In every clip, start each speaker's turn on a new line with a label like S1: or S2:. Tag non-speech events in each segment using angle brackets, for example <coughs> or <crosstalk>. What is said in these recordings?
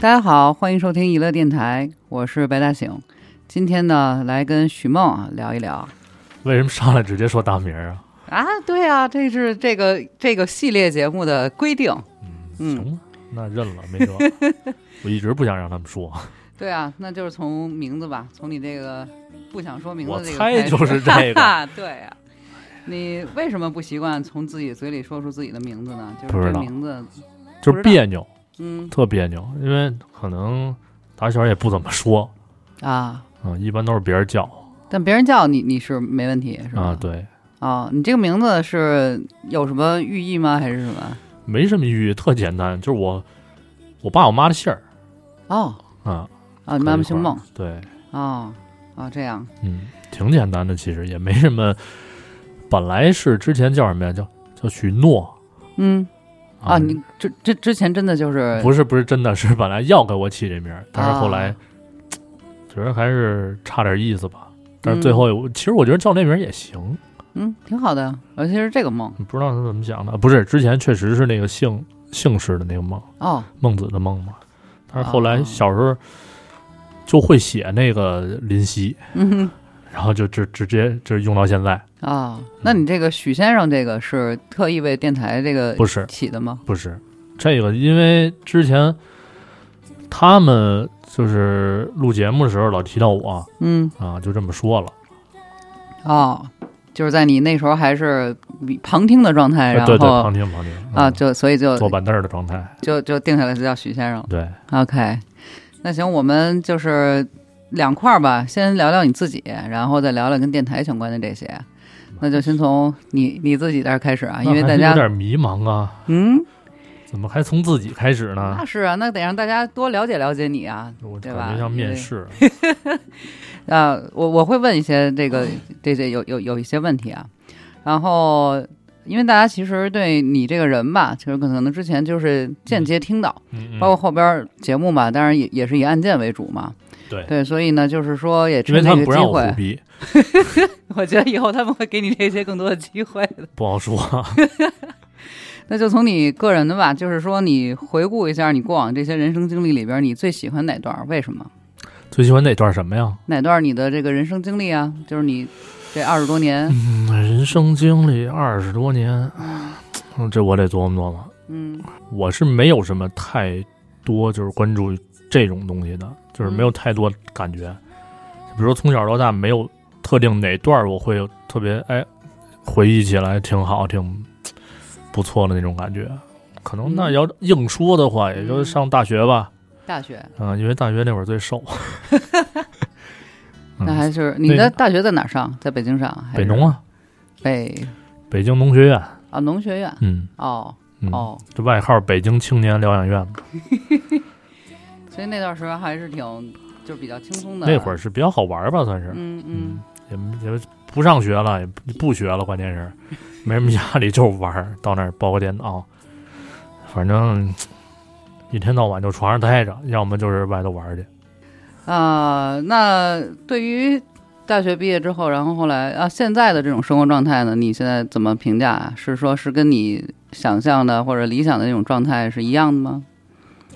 S1: 大家好，欢迎收听娱乐电台，我是白大醒。今天呢，来跟许梦啊聊一聊
S2: 为什么上来直接说大名儿啊？
S1: 啊，对啊，这是这个这个系列节目的规定。嗯
S2: 行吧，那认了，
S1: <laughs>
S2: 没辙。我一直不想让他们说，
S1: 对啊，那就是从名字吧，从你这个不想说名字
S2: 我
S1: 这个
S2: 猜
S1: 开始
S2: 就是这个
S1: <laughs> 对啊，你为什么不习惯从自己嘴里说出自己的名字呢？就
S2: 不
S1: 是
S2: 知
S1: 这
S2: 道
S1: 名字，
S2: 就
S1: 不知道
S2: 是别扭，
S1: 嗯
S2: 特别扭，因为可能打小也不怎么说，
S1: 啊，
S2: 嗯，一般都是别人叫
S1: 但别人叫你你是没问题是吧？
S2: 啊，对，
S1: 哦，你这个名字是有什么寓意吗？还是什么？
S2: 没什么寓意，特简单，就是我我爸我妈的姓儿
S1: 哦，
S2: 啊，
S1: 哦，你妈妈
S2: 合
S1: 姓
S2: 一块儿
S1: 孟，
S2: 对，
S1: 哦，哦，这样，
S2: 嗯，挺简单的，其实也没什么。本来是之前叫什么呀？叫叫许诺
S1: 嗯，
S2: 啊，
S1: 啊，你之之之前真的就是
S2: 不是不是真的是本来要给我起这名儿，但是后来
S1: 啊
S2: 觉得还是差点意思吧。但是
S1: 嗯
S2: 最后有，其实我觉得叫那名儿也行，
S1: 嗯，挺好的，尤其是这个梦，
S2: 不知道他怎么想的。不是之前确实是那个姓姓氏的那个孟
S1: 哦，
S2: 孟子的孟嘛，但是后来
S1: 啊
S2: 小时候就会写那个林夕，
S1: 嗯
S2: 然后就直直接就用到现在。
S1: 哼，哦，那你这个许先生这个是特意为电台这个
S2: 不是
S1: 起的吗？
S2: 不是这个，因为之前他们就是录节目的时候老提到我
S1: 嗯，
S2: 啊，就这么说了。
S1: 哦，就是在你那时候还是比旁听的状态，哎然
S2: 呃对对，
S1: 后
S2: 旁听旁听
S1: 啊，
S2: 嗯
S1: 就所以就
S2: 坐板凳儿的状态。
S1: 就就定下来就叫许先生。
S2: 对，
S1: OK，那行，我们就是两块儿吧，先聊聊你自己，然后再聊聊跟电台相关的这些。那就先从你你自己这儿开始啊，因为
S2: 那
S1: 大
S2: 还是有
S1: 家
S2: 点迷茫啊，
S1: 嗯，
S2: 怎么还从自己开始呢
S1: 那？是啊，那得让大家多了解了解你啊。
S2: 我
S1: 对
S2: 感
S1: 吧
S2: 觉像面
S1: <laughs>
S2: 试，
S1: 啊，我我会问一些这个这这有有有一些问题啊，然后因为大家其实对你这个人吧，其实可能之前就是间接听到，
S2: 嗯嗯
S1: 包括后边儿节目嘛，当然也也是以案件为主嘛。
S2: 对
S1: 对，所以呢，就是说也
S2: 因为
S1: 趁
S2: 他
S1: 这个
S2: 们不
S1: 机
S2: 让我
S1: 会 <laughs>
S2: 胡，逼，
S1: 我觉得以后他们会给你这些更多的机会的。
S2: 不好说。 <laughs>
S1: 那就从你个人的吧，就是说你回顾一下你过往这些人生经历里边，你最喜欢哪段儿？为什么？
S2: 最喜欢哪段什么呀？
S1: 哪段儿你的这个人生经历啊？就是你这二十多
S2: <laughs>
S1: 年，
S2: 嗯，人生经历二十多年，嗯这我得琢磨琢磨。
S1: 嗯
S2: 我是没有什么太多就是关注这种东西的，就是没有太多感觉。比如说从小到大没有特定哪段儿我会有特别哎回忆起来挺好挺不错的那种感觉。可能那
S1: 嗯
S2: 要硬说的话，也就是上大学吧，
S1: 大学，
S2: 嗯、因为大学那会儿最
S1: <laughs>
S2: 瘦。嗯
S1: 那还是你
S2: 那
S1: 的大学在哪儿上？在北京上？还
S2: 北
S1: 是
S2: 农啊，
S1: 北
S2: 北京农学院，
S1: 啊农学院。
S2: 嗯
S1: 哦
S2: 嗯，
S1: 哦，
S2: 这外号北京青年疗养院嘛，
S1: 所以那段时间还是挺就是比较轻松的。
S2: 那会儿
S1: 儿，
S2: 是比较好玩儿吧，算是。
S1: 嗯
S2: 嗯
S1: 嗯，
S2: 也也不上学了，也不不学了，关键是没什么压力，就是玩儿，到那儿抱个电脑，反正一天到晚就床上待着，要么就是外头玩儿去。
S1: 啊、那对于大学毕业之后，然后后来啊，现在的这种生活状态呢，你现在怎么评价啊？是说是跟你想象的或者理想的那种状态是一样的吗？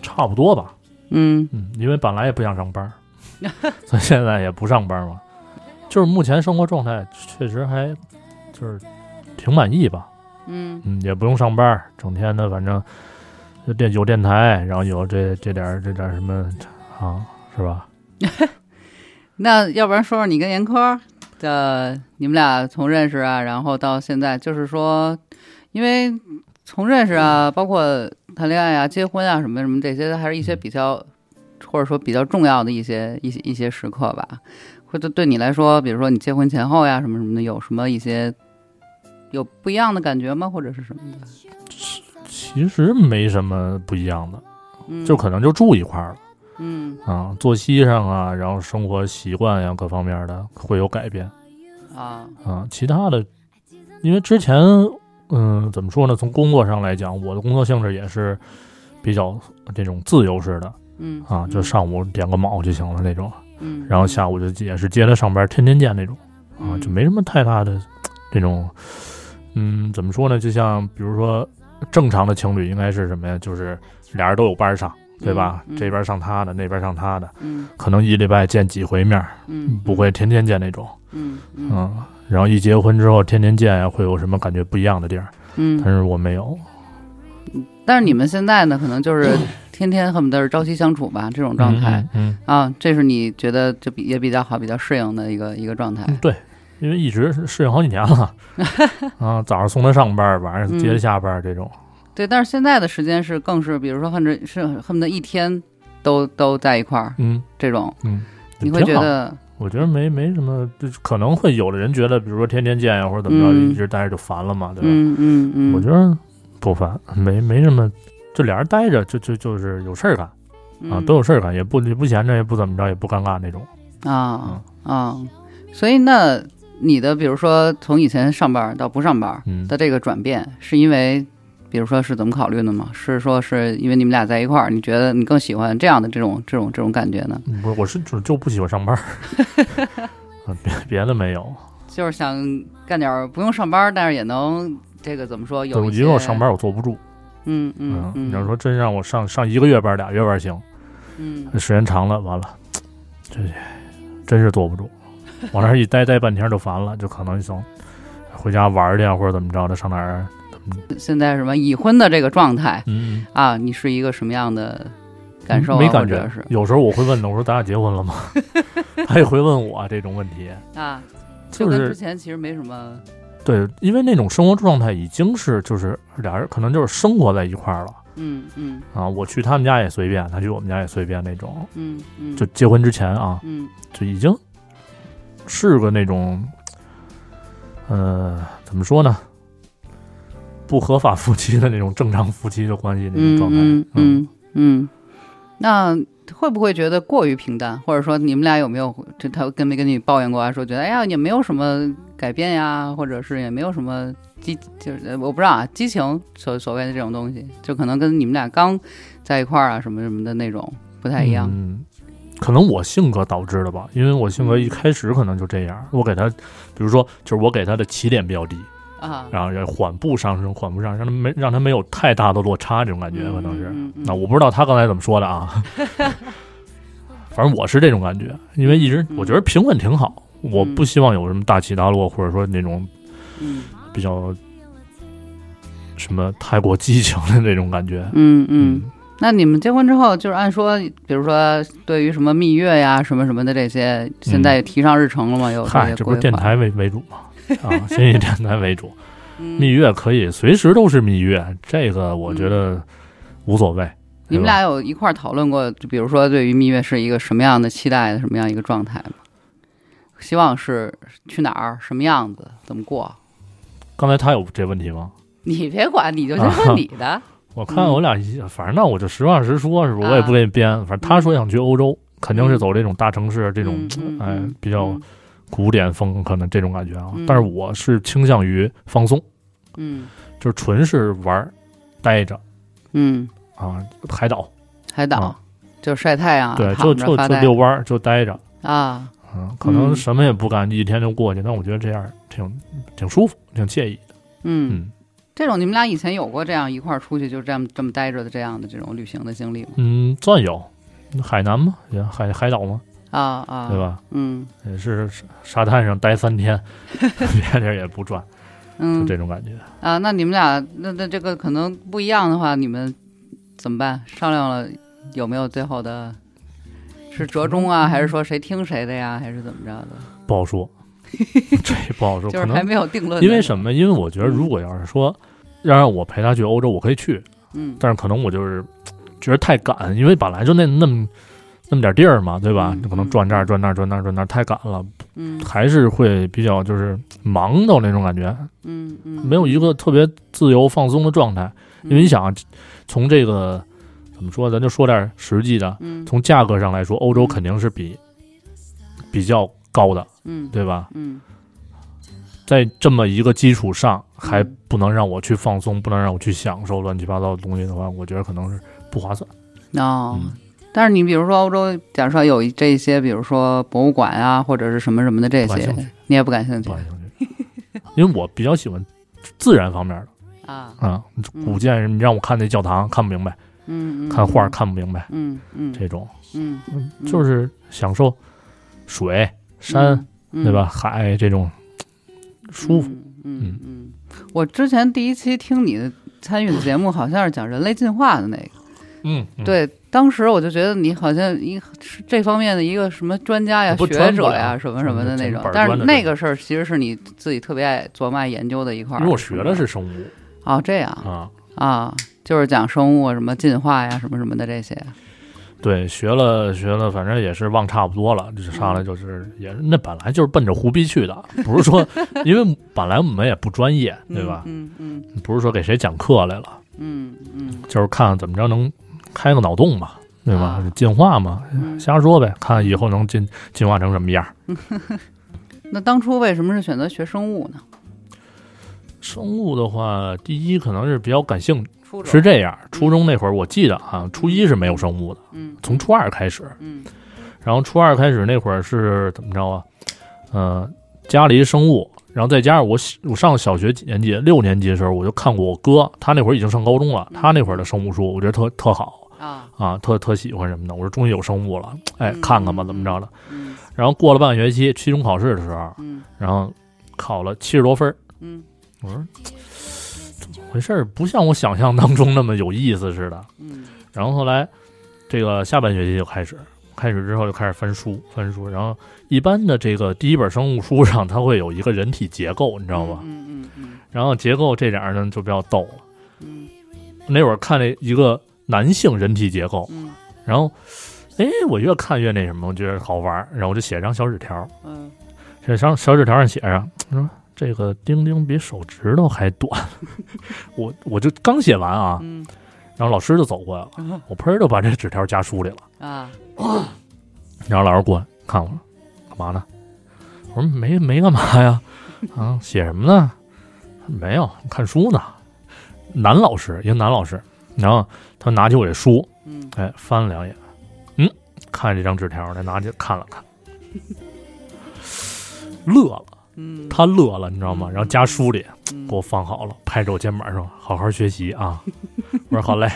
S2: 差不多吧，
S1: 嗯
S2: 嗯，因为本来也不想上班儿，所以现在也不上班儿嘛。就是目前生活状态确实还就是挺满意吧，
S1: 嗯
S2: 嗯，也不用上班儿，整天的反正有电有电台，然后有这这点儿这点儿什么啊，是吧？
S1: 那要不然说说你跟严科的，你们俩从认识啊，然后到现在，就是说，因为从认识啊，包括谈恋爱啊、结婚啊什么什么这些，还是一些比较或者说比较重要的一些一些一些时刻吧。或者对你来说，比如说你结婚前后呀什么什么的，有什么一些有不一样的感觉吗？或者是什么的？
S2: 其实没什么不一样的。
S1: 嗯，
S2: 就可能就住一块儿了
S1: 嗯
S2: 啊，作息上啊，然后生活习惯呀、各方面的会有改变
S1: 啊
S2: 啊。其他的，因为之前嗯，怎么说呢？从工作上来讲，我的工作性质也是比较这种自由式的
S1: 嗯
S2: 啊，就上午点个卯就行了那种，
S1: 嗯，
S2: 然后下午就也是接着上班，天天见那种啊，
S1: 嗯
S2: 就没什么太大的这种嗯，怎么说呢？就像比如说正常的情侣应该是什么呀？就是俩人都有班上。对吧？
S1: 嗯嗯
S2: 这边上他的，那边上他的，
S1: 嗯
S2: 可能一礼拜见几回面，
S1: 嗯，
S2: 不会天天见那种，
S1: 嗯嗯
S2: 嗯。然后一结婚之后天天见呀，会有什么感觉不一样的地儿？
S1: 嗯
S2: 但，是我没有，
S1: 但是你们现在呢，可能就是天天恨不得是朝夕相处吧，这种状态
S2: 嗯，
S1: 啊，这是你觉得就比也比较好、比较适应的一个一个状态。
S2: 嗯对，因为一直是适应好几年
S1: <laughs>
S2: 了，啊，早上送他上班，晚上
S1: 嗯
S2: 接他下班，这种，
S1: 对，但是现在的时间是更是，比如说恨着是恨不得一天都都在一块儿
S2: 嗯
S1: 这种，
S2: 嗯，
S1: 你会
S2: 挺
S1: 觉
S2: 好
S1: 得
S2: 我觉得没没什么，就是可能会有的人觉得，比如说天天见呀，或者怎么着，
S1: 嗯
S2: 一直待着就烦了嘛，对吧？
S1: 嗯嗯嗯，
S2: 我觉得不烦，没没什么，就俩人待着就就就是有事儿干啊，
S1: 嗯
S2: 都有事儿干，也不也不闲着，也不怎么着，也不尴尬那种。
S1: 啊
S2: 嗯
S1: 啊，所以那你的比如说从以前上班到不上班
S2: 嗯
S1: 的这个转变，是因为比如说是怎么考虑的吗？是说是因为你们俩在一块儿，你觉得你更喜欢这样的这种这种这种感觉呢？
S2: 不是，我是就就不喜欢上班儿，
S1: <laughs>
S2: 啊别别的没有。
S1: 就是想干点儿不用上班，但是也能这个怎么说有
S2: 对，
S1: 一
S2: 我
S1: 些
S2: 因为我上，班我坐不住。
S1: 嗯嗯嗯，
S2: 你要说真让我上上一个月班、俩月班行，
S1: 嗯
S2: 时间长了完了，这真是坐不住，往那儿一待待半天就烦了，就可能想回家玩儿去啊或者怎么着的，上哪儿？
S1: 现在什么已婚的这个状态
S2: 嗯，
S1: 啊，你是一个什么样的感受、啊？
S2: 没感
S1: 或
S2: 觉
S1: 者。是
S2: 有时候我会问他，我说咱俩结婚
S1: <laughs>
S2: 了吗？他也会问我这种问题，
S1: 啊，
S2: 就
S1: 跟之
S2: 是
S1: 前其实没什么，
S2: 对，因为那种生活状态已经是就是俩人可能就是生活在一块儿了
S1: 嗯嗯
S2: 啊，我去他们家也随便，他去我们家也随便那种，
S1: 嗯嗯，
S2: 就结婚之前啊，
S1: 嗯
S2: 就已经是个那种，呃，怎么说呢？不合法夫妻的那种正常夫妻的关系那种
S1: 嗯
S2: 状态，
S1: 嗯嗯嗯，那。会不会觉得过于平淡，或者说你们俩有没有就他跟没跟你抱怨过啊？说觉得哎呀也没有什么改变呀，或者是也没有什么激，就是呃我不知道啊，激情所所谓的这种东西，就可能跟你们俩刚在一块儿啊什么什么的那种不太一样。
S2: 嗯，可能我性格导致的吧，因为我性
S1: 嗯
S2: 格一开始可能就这样。我给他，比如说，就是我给他的起点比较低，
S1: 啊，
S2: 然后要缓步上升，缓步上升，让他没让他没有太大的落差，这种感觉可能是。
S1: 嗯嗯嗯
S2: 那我不知道他刚才怎么说
S1: <laughs>
S2: 的啊，反正我是这种感觉，因为一直
S1: 嗯
S2: 我觉得平稳挺好，我
S1: 嗯
S2: 不希望有什么大起大落，或者说那种
S1: 嗯
S2: 比较什么太过激情的那种感觉。
S1: 嗯嗯，那你们结婚之后，就是按说，比如说对于什么蜜月呀、什么什么的这些，现在也提上日程了吗？有这
S2: 嗯嗨，
S1: 些
S2: 这不是
S1: 规
S2: 电
S1: 划
S2: 台为为主
S1: <laughs>
S2: 吗？啊，先以电台为主，
S1: 嗯
S2: 蜜月可以随时都是蜜月，这个我觉
S1: 嗯
S2: 得无所谓。
S1: 你们
S2: 对吧
S1: 俩有一块儿讨论过，就比如说对于蜜月是一个什么样的期待，什么样一个状态吗？希望是去哪儿，什么样子，怎么过？
S2: 刚才他有这问题吗？
S1: 你别管，你就先说你的。
S2: 我看我俩一，反正那我就实话实说，是不
S1: 嗯
S2: 是？
S1: 啊
S2: 我也不给你编，反正他说想去欧洲，肯定
S1: 嗯
S2: 是走这种大城市，这种
S1: 嗯嗯
S2: 哎
S1: 嗯
S2: 比较古典风，可能这种感觉啊
S1: 嗯。
S2: 但是我是倾向于放松，
S1: 嗯
S2: 就是纯是玩儿，待着
S1: 嗯，
S2: 啊，海岛，
S1: 海岛、
S2: 啊
S1: 就晒太阳啊，
S2: 对，就
S1: 躺着
S2: 就
S1: 发
S2: 就
S1: 呆
S2: 遛弯儿，就待着，
S1: 啊，
S2: 嗯，可能
S1: 嗯
S2: 什么也不干，一天就过去。但我觉得这样挺挺舒服，挺惬意的，
S1: 嗯。
S2: 嗯
S1: 这种你们俩以前有过这样一块儿出去就这么这么待着的这样的这种旅行的经历吗？
S2: 嗯，算有，海南嘛，也海海岛嘛，
S1: 啊啊，
S2: 对？吧？
S1: 嗯
S2: 也是沙沙滩上待三
S1: <laughs>
S2: 天，别地儿也不转。就
S1: 嗯
S2: 这种感觉。
S1: 啊，那你们俩那那这个可能不一样的话，你们怎么办？商量了有没有最后的？是折中啊，还是说谁听谁的呀，还是怎么着的？
S2: 不好说， <laughs> 这不好说，
S1: <laughs> 就
S2: 可
S1: 是还
S2: 能
S1: 没有嗯定论。
S2: 因为什？么？因为我觉得，如果要是说要让我陪他去欧洲，我可以去，
S1: 嗯
S2: 但是可能我就是觉得太赶，因为本来就那那么那么点地儿嘛，对吧
S1: 嗯？
S2: 可能转这儿转那儿转那儿转那儿太赶了，
S1: 嗯
S2: 还是会比较就是忙到那种感觉，
S1: 嗯嗯，
S2: 没有一个特别自由放松的状态。因为你想啊，从这个怎么说，咱就说点实际的，
S1: 嗯，嗯
S2: 从价格上来说，欧洲
S1: 嗯
S2: 肯定是比比较高的，
S1: 嗯
S2: 对吧？
S1: 嗯
S2: 在这么一个基础上，还
S1: 嗯
S2: 不能让我去放松，不能让我去享受乱七八糟的东西的话，我觉得可能是不划算。
S1: 哦
S2: 嗯，
S1: 但是你比如说欧洲，假如说有一这些，比如说博物馆啊，或者是什么什么的这
S2: 不感
S1: 些
S2: 兴趣，
S1: 你也不感兴趣
S2: 不感兴趣， <laughs> 因为我比较喜欢自然方面的
S1: 啊？
S2: 啊，
S1: 嗯
S2: 古建什么，你让我看那教堂看不明白，
S1: 嗯嗯，
S2: 看画儿看不明白
S1: 嗯嗯
S2: 这种，
S1: 嗯，嗯
S2: 就是享受水、山，
S1: 嗯，
S2: 对吧？海这种舒服。
S1: 嗯嗯嗯，我之前第一期听你的参与的节目，好像是讲人类进化的那个。
S2: 嗯，嗯，
S1: 对，当时我就觉得你好像一是这方面的一个什么专家呀、
S2: 我不
S1: 学
S2: 专
S1: 者
S2: 不了
S1: 呀、什么什么的那
S2: 整
S1: 种
S2: 本。儿
S1: 但是
S2: 端着
S1: 那
S2: 这
S1: 个事儿其实是你自己特别爱琢磨、爱研究的一块儿。
S2: 因为我学的是生物
S1: 哦，这样
S2: 啊，
S1: 啊，就是讲生物啊什么进化呀、什么什么的这些。
S2: 对，学了学了，反正也是忘差不多了，就是
S1: 嗯
S2: 上来就是也是那本来就是奔着胡逼去的，不是说 <laughs> 因为本来我们也不专业，对吧？
S1: 嗯嗯
S2: 不是说给谁讲课来了，
S1: 嗯嗯
S2: 就是看看怎么着能开个脑洞嘛，对吧
S1: 啊？
S2: 进化嘛，
S1: 嗯。
S2: 瞎说呗，看以后能进进化成什么样。
S1: 那当初为什么是选择学生物呢？
S2: 生物的话，第一可能是比较感兴趣，
S1: 初中
S2: 是这样。初中那会儿，我记得啊，初一是没有生物的，
S1: 嗯
S2: 从初二开始，
S1: 嗯
S2: 然后初二开始那会儿是怎么着啊？呃，家里生物，然后再加上我小我上小学几年级，六年级的时候我就看过我哥，他那会儿已经上高中了，他那会儿的生物书我觉得特特好
S1: 啊
S2: 啊，特特喜欢什么的。我说终于有生物了，哎
S1: 嗯，
S2: 看看吧，怎么着的。
S1: 嗯
S2: 然后过了半个学期，期中考试的时候，
S1: 嗯
S2: 然后考了七十多分儿，
S1: 嗯
S2: 我说怎么回事儿？不像我想象当中那么有意思似的。
S1: 嗯
S2: 然后后来这个下半学期就开始，开始之后就开始翻书，翻书。然后一般的这个第一本生物书上，它会有一个人体结构，你知道吧？
S1: 嗯嗯嗯
S2: 然后结构这点儿呢就比较逗了。
S1: 嗯
S2: 那会儿看了一个男性人体结构，
S1: 嗯
S2: 然后哎，我越看越那什么，我觉得好玩儿，然后我就写张小纸条儿，
S1: 嗯
S2: 这张小纸条上写上说。这个丁丁比手指头还短， <laughs> 我我就刚写完啊，
S1: 嗯
S2: 然后老师就走过来了，我砰儿就把这纸条夹书里了。
S1: 啊
S2: 然后老师过来看我，干嘛呢？我说没没干嘛呀，啊，写什么呢？没有，看书呢。男老师，一个男老师，然后他拿起我这书，
S1: 嗯
S2: 哎，翻了两眼，嗯，看这张纸条，他拿起看了看，乐了，
S1: 嗯
S2: 他乐了，你知道吗？然后夹书里
S1: 嗯
S2: 给我放好了，拍着我肩膀说：“好好学习啊！”我说：“好嘞。”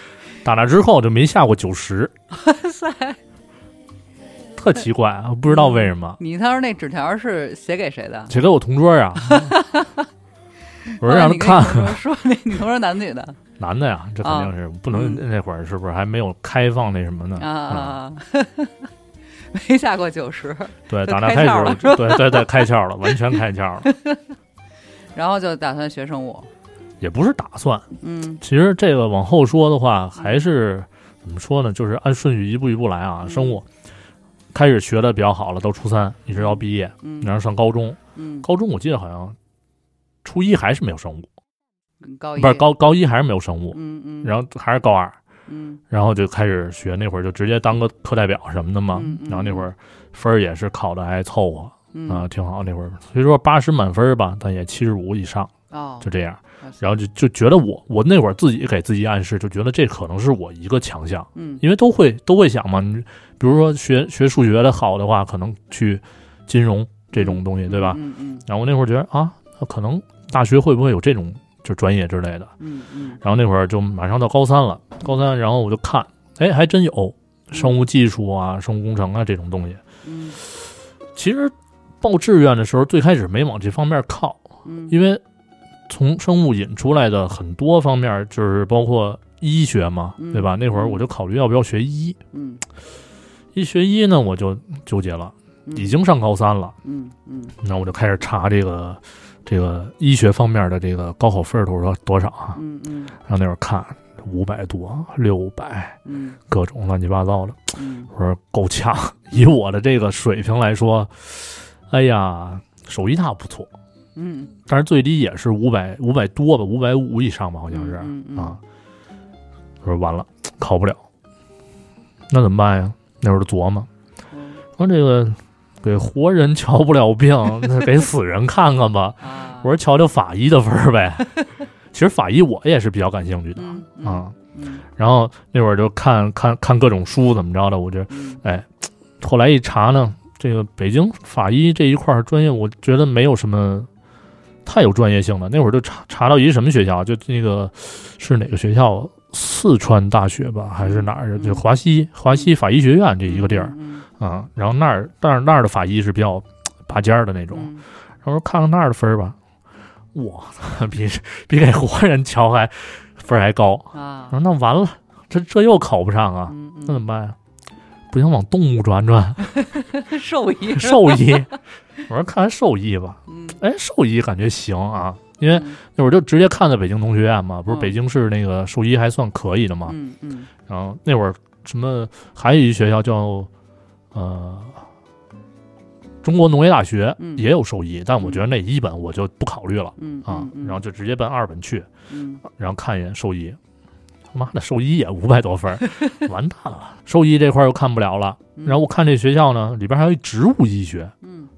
S2: <laughs> 打那之后就没下过
S1: <laughs>
S2: 九十，特奇怪，啊，不知道为什么。
S1: 你当时那纸条是写给谁的？
S2: 谁给我同
S1: <laughs>
S2: 桌呀、我说让他看
S1: 啊。你跟你同桌说那你同桌男女
S2: <laughs>
S1: 的
S2: 男的呀，这肯定是不能。
S1: 嗯
S2: 那会儿是不是还没有开放那什么呢？
S1: 啊啊，啊
S2: 嗯
S1: <laughs> 没下过九十，
S2: 对，
S1: 就
S2: 打那
S1: 开
S2: 开
S1: 窍
S2: 始
S1: 了
S2: 我就，对对对，开窍了， <laughs> 完全开窍了。
S1: 然后就打算学生物。
S2: 也不是打算，
S1: 嗯
S2: 其实这个往后说的话，还是怎么说呢？就是按顺序一步一步来啊。
S1: 嗯
S2: 生物开始学的比较好了，到初三一直到毕业，
S1: 嗯
S2: 然后上高中。
S1: 嗯，
S2: 高中我记得好像初一还是没有生物，
S1: 高一
S2: 不是高高一还是没有生物，
S1: 嗯嗯，
S2: 然后还是高二，
S1: 嗯
S2: 然后就开始学。那会儿就直接当个课代表什么的嘛
S1: 嗯嗯。
S2: 然后那会儿分儿也是考的还凑合
S1: 嗯
S2: 啊，挺好。那会儿虽说八十满分儿吧，但也七十五以上，
S1: 哦，
S2: 就这样。
S1: 然
S2: 然后就就觉得我我那会儿自己哎给自己暗示，就觉得这可能是我一个强项，
S1: 嗯
S2: 因为都会都会想嘛。你比如说学学数学的好的话，可能去金融这种东西，对吧？
S1: 嗯嗯
S2: 然后我那会儿觉得啊，可能大学会不会有这种就专业之类的？
S1: 嗯嗯
S2: 然后那会儿就马上到高三了，高三然后我就看，哎，还真有生物技术啊、生物工程啊这种东西。
S1: 嗯
S2: 其实报志愿的时候，最开始没往这方面靠，
S1: 嗯，
S2: 因为从生物引出来的很多方面，就是包括医学嘛，
S1: 嗯
S2: 对吧？那会儿我就考虑要不要学医。
S1: 嗯
S2: 一学医呢，我就纠结了，
S1: 嗯
S2: 已经上高三了，
S1: 嗯嗯
S2: 那我就开始查这个这个医学方面的这个高考分数多多少啊？
S1: 嗯嗯
S2: 然后那会儿看五百多、六百，
S1: 嗯
S2: 各种乱七八糟的，
S1: 嗯
S2: 我说够呛。 <laughs> 以我的这个水平来说，哎呀，手艺大不错，
S1: 嗯，
S2: 但是最低也是五百五百多吧，五百五以上吧，好像是、
S1: 嗯嗯
S2: 啊。我说完了，考不了，那怎么办呀？那会儿就琢磨，
S1: 嗯
S2: 说这个给活人瞧
S1: <laughs>
S2: 不了病，那给死人看看吧。
S1: 啊，
S2: 我说瞧瞧法医的分
S1: <laughs>
S2: 儿呗。其实法医我也是比较感兴趣的
S1: 嗯嗯
S2: 啊。
S1: 嗯
S2: 然后那会儿就看看看各种书怎么着的，我这
S1: 嗯
S2: 后来一查呢，这个北京法医这一块儿专业，我觉得没有什么太有专业性了。那会儿就查查到一是什么学校，就那个是哪个学校，四川大学吧，还是哪儿？就华西华西法医学院这一个地儿
S1: 嗯
S2: 啊、然后那儿，但是那儿的法医是比较拔尖儿的那种。
S1: 嗯
S2: 然后说看看那儿的分儿吧，我操，比比给活人瞧还分儿还高。
S1: 嗯啊
S2: 我，说那完了，这这又考不上啊，
S1: 嗯
S2: 那怎么办呀、不行，往动物转转，
S1: 嗯， <laughs> 兽医，
S2: <laughs> 兽医。我说看看兽医吧，
S1: 嗯，
S2: 哎，兽医感觉行啊，因为
S1: 嗯
S2: 那会儿就直接看的北京农学院嘛，不是
S1: 嗯
S2: 北京市那个兽医还算可以的嘛。
S1: 嗯嗯
S2: 然后那会儿什么还有一学校叫呃中国农业大学
S1: 嗯
S2: 也有兽医，但我觉得那一本我就不考虑了
S1: 嗯
S2: 啊
S1: 嗯，嗯
S2: 然后就啊直接奔二本去，
S1: 嗯
S2: 然后看一眼兽医，他妈的兽医也五百多分儿，完蛋了，兽医这块儿又看不了了。
S1: <laughs> 嗯
S2: 然后我看这学校呢，里边还有一植物医学，
S1: 嗯，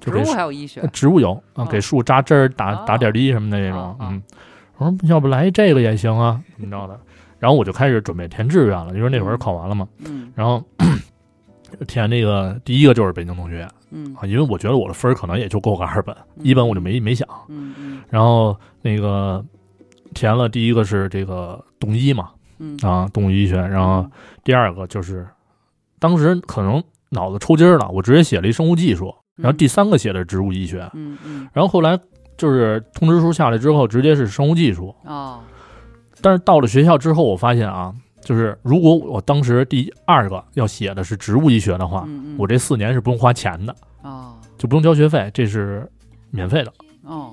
S2: 就
S1: 植
S2: 给
S1: 物还有医学，
S2: 植物油啊，
S1: 哦
S2: 给树扎针儿、打
S1: 哦
S2: 打点滴什么的这
S1: 哦
S2: 种。
S1: 哦
S2: 嗯，我说要不来这个也行
S1: <laughs>
S2: 啊，怎么着的？然后我就开始准备填志愿了，因为那会儿考完了嘛。
S1: 嗯
S2: 然后 <clears throat> 填那个第一个就是北京农学院
S1: 嗯
S2: 啊，因为我觉得我的分儿可能也就够个二本，一本我就没没想。
S1: 嗯嗯
S2: 然后那个填了第一个是这个动医嘛
S1: 嗯，
S2: 啊，动物医学。然后第二个就是当时可能脑子抽筋儿了，我直接写了一生物技术。然后第三个写的是植物医学，
S1: 嗯嗯
S2: 然后后来就是通知书下来之后，直接是生物技术。
S1: 嗯哦
S2: 但是到了学校之后，我发现啊，就是如果我当时第二个要写的是植物医学的话，
S1: 嗯嗯
S2: 啊我这四年是不用花钱的，
S1: 哦
S2: 就不用交学费，这是免费的。
S1: 哦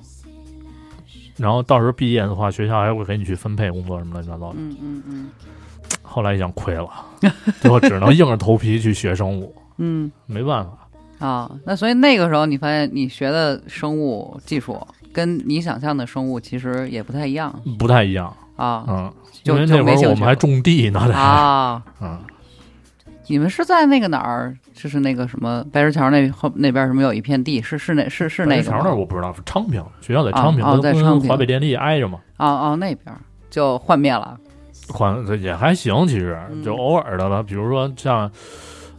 S2: 然后到时候毕业的话，学校还会给你去分配工作什么乱七八糟的。
S1: 嗯嗯嗯
S2: 后来一想
S1: <laughs>
S2: 亏了，最后只能硬着头皮去学生物，
S1: 嗯。
S2: 没办法。
S1: 啊、那所以那个时候你发现你学的生物技术跟你想象的生物其实也不太一样
S2: 不太一样，
S1: 嗯啊
S2: 嗯，因
S1: 就就
S2: 为那会
S1: 没
S2: 儿
S1: 兴
S2: 我
S1: 趣
S2: 们还
S1: 了
S2: 种地呢，得，
S1: 啊！
S2: 嗯，
S1: 你们是在那个哪儿？就是那个什么白石桥那后那边儿什么有一片地？是是那是是那
S2: 白
S1: 个
S2: 桥
S1: 吗
S2: 那儿我不知道，是昌平，学校在
S1: 啊
S2: 昌平，
S1: 哦在
S2: 跟
S1: 昌
S2: 跟
S1: 平
S2: 华北电力挨着嘛，
S1: 哦哦那边儿就幻灭了。
S2: 环也还行，其实
S1: 嗯
S2: 就偶尔的了，比如说像，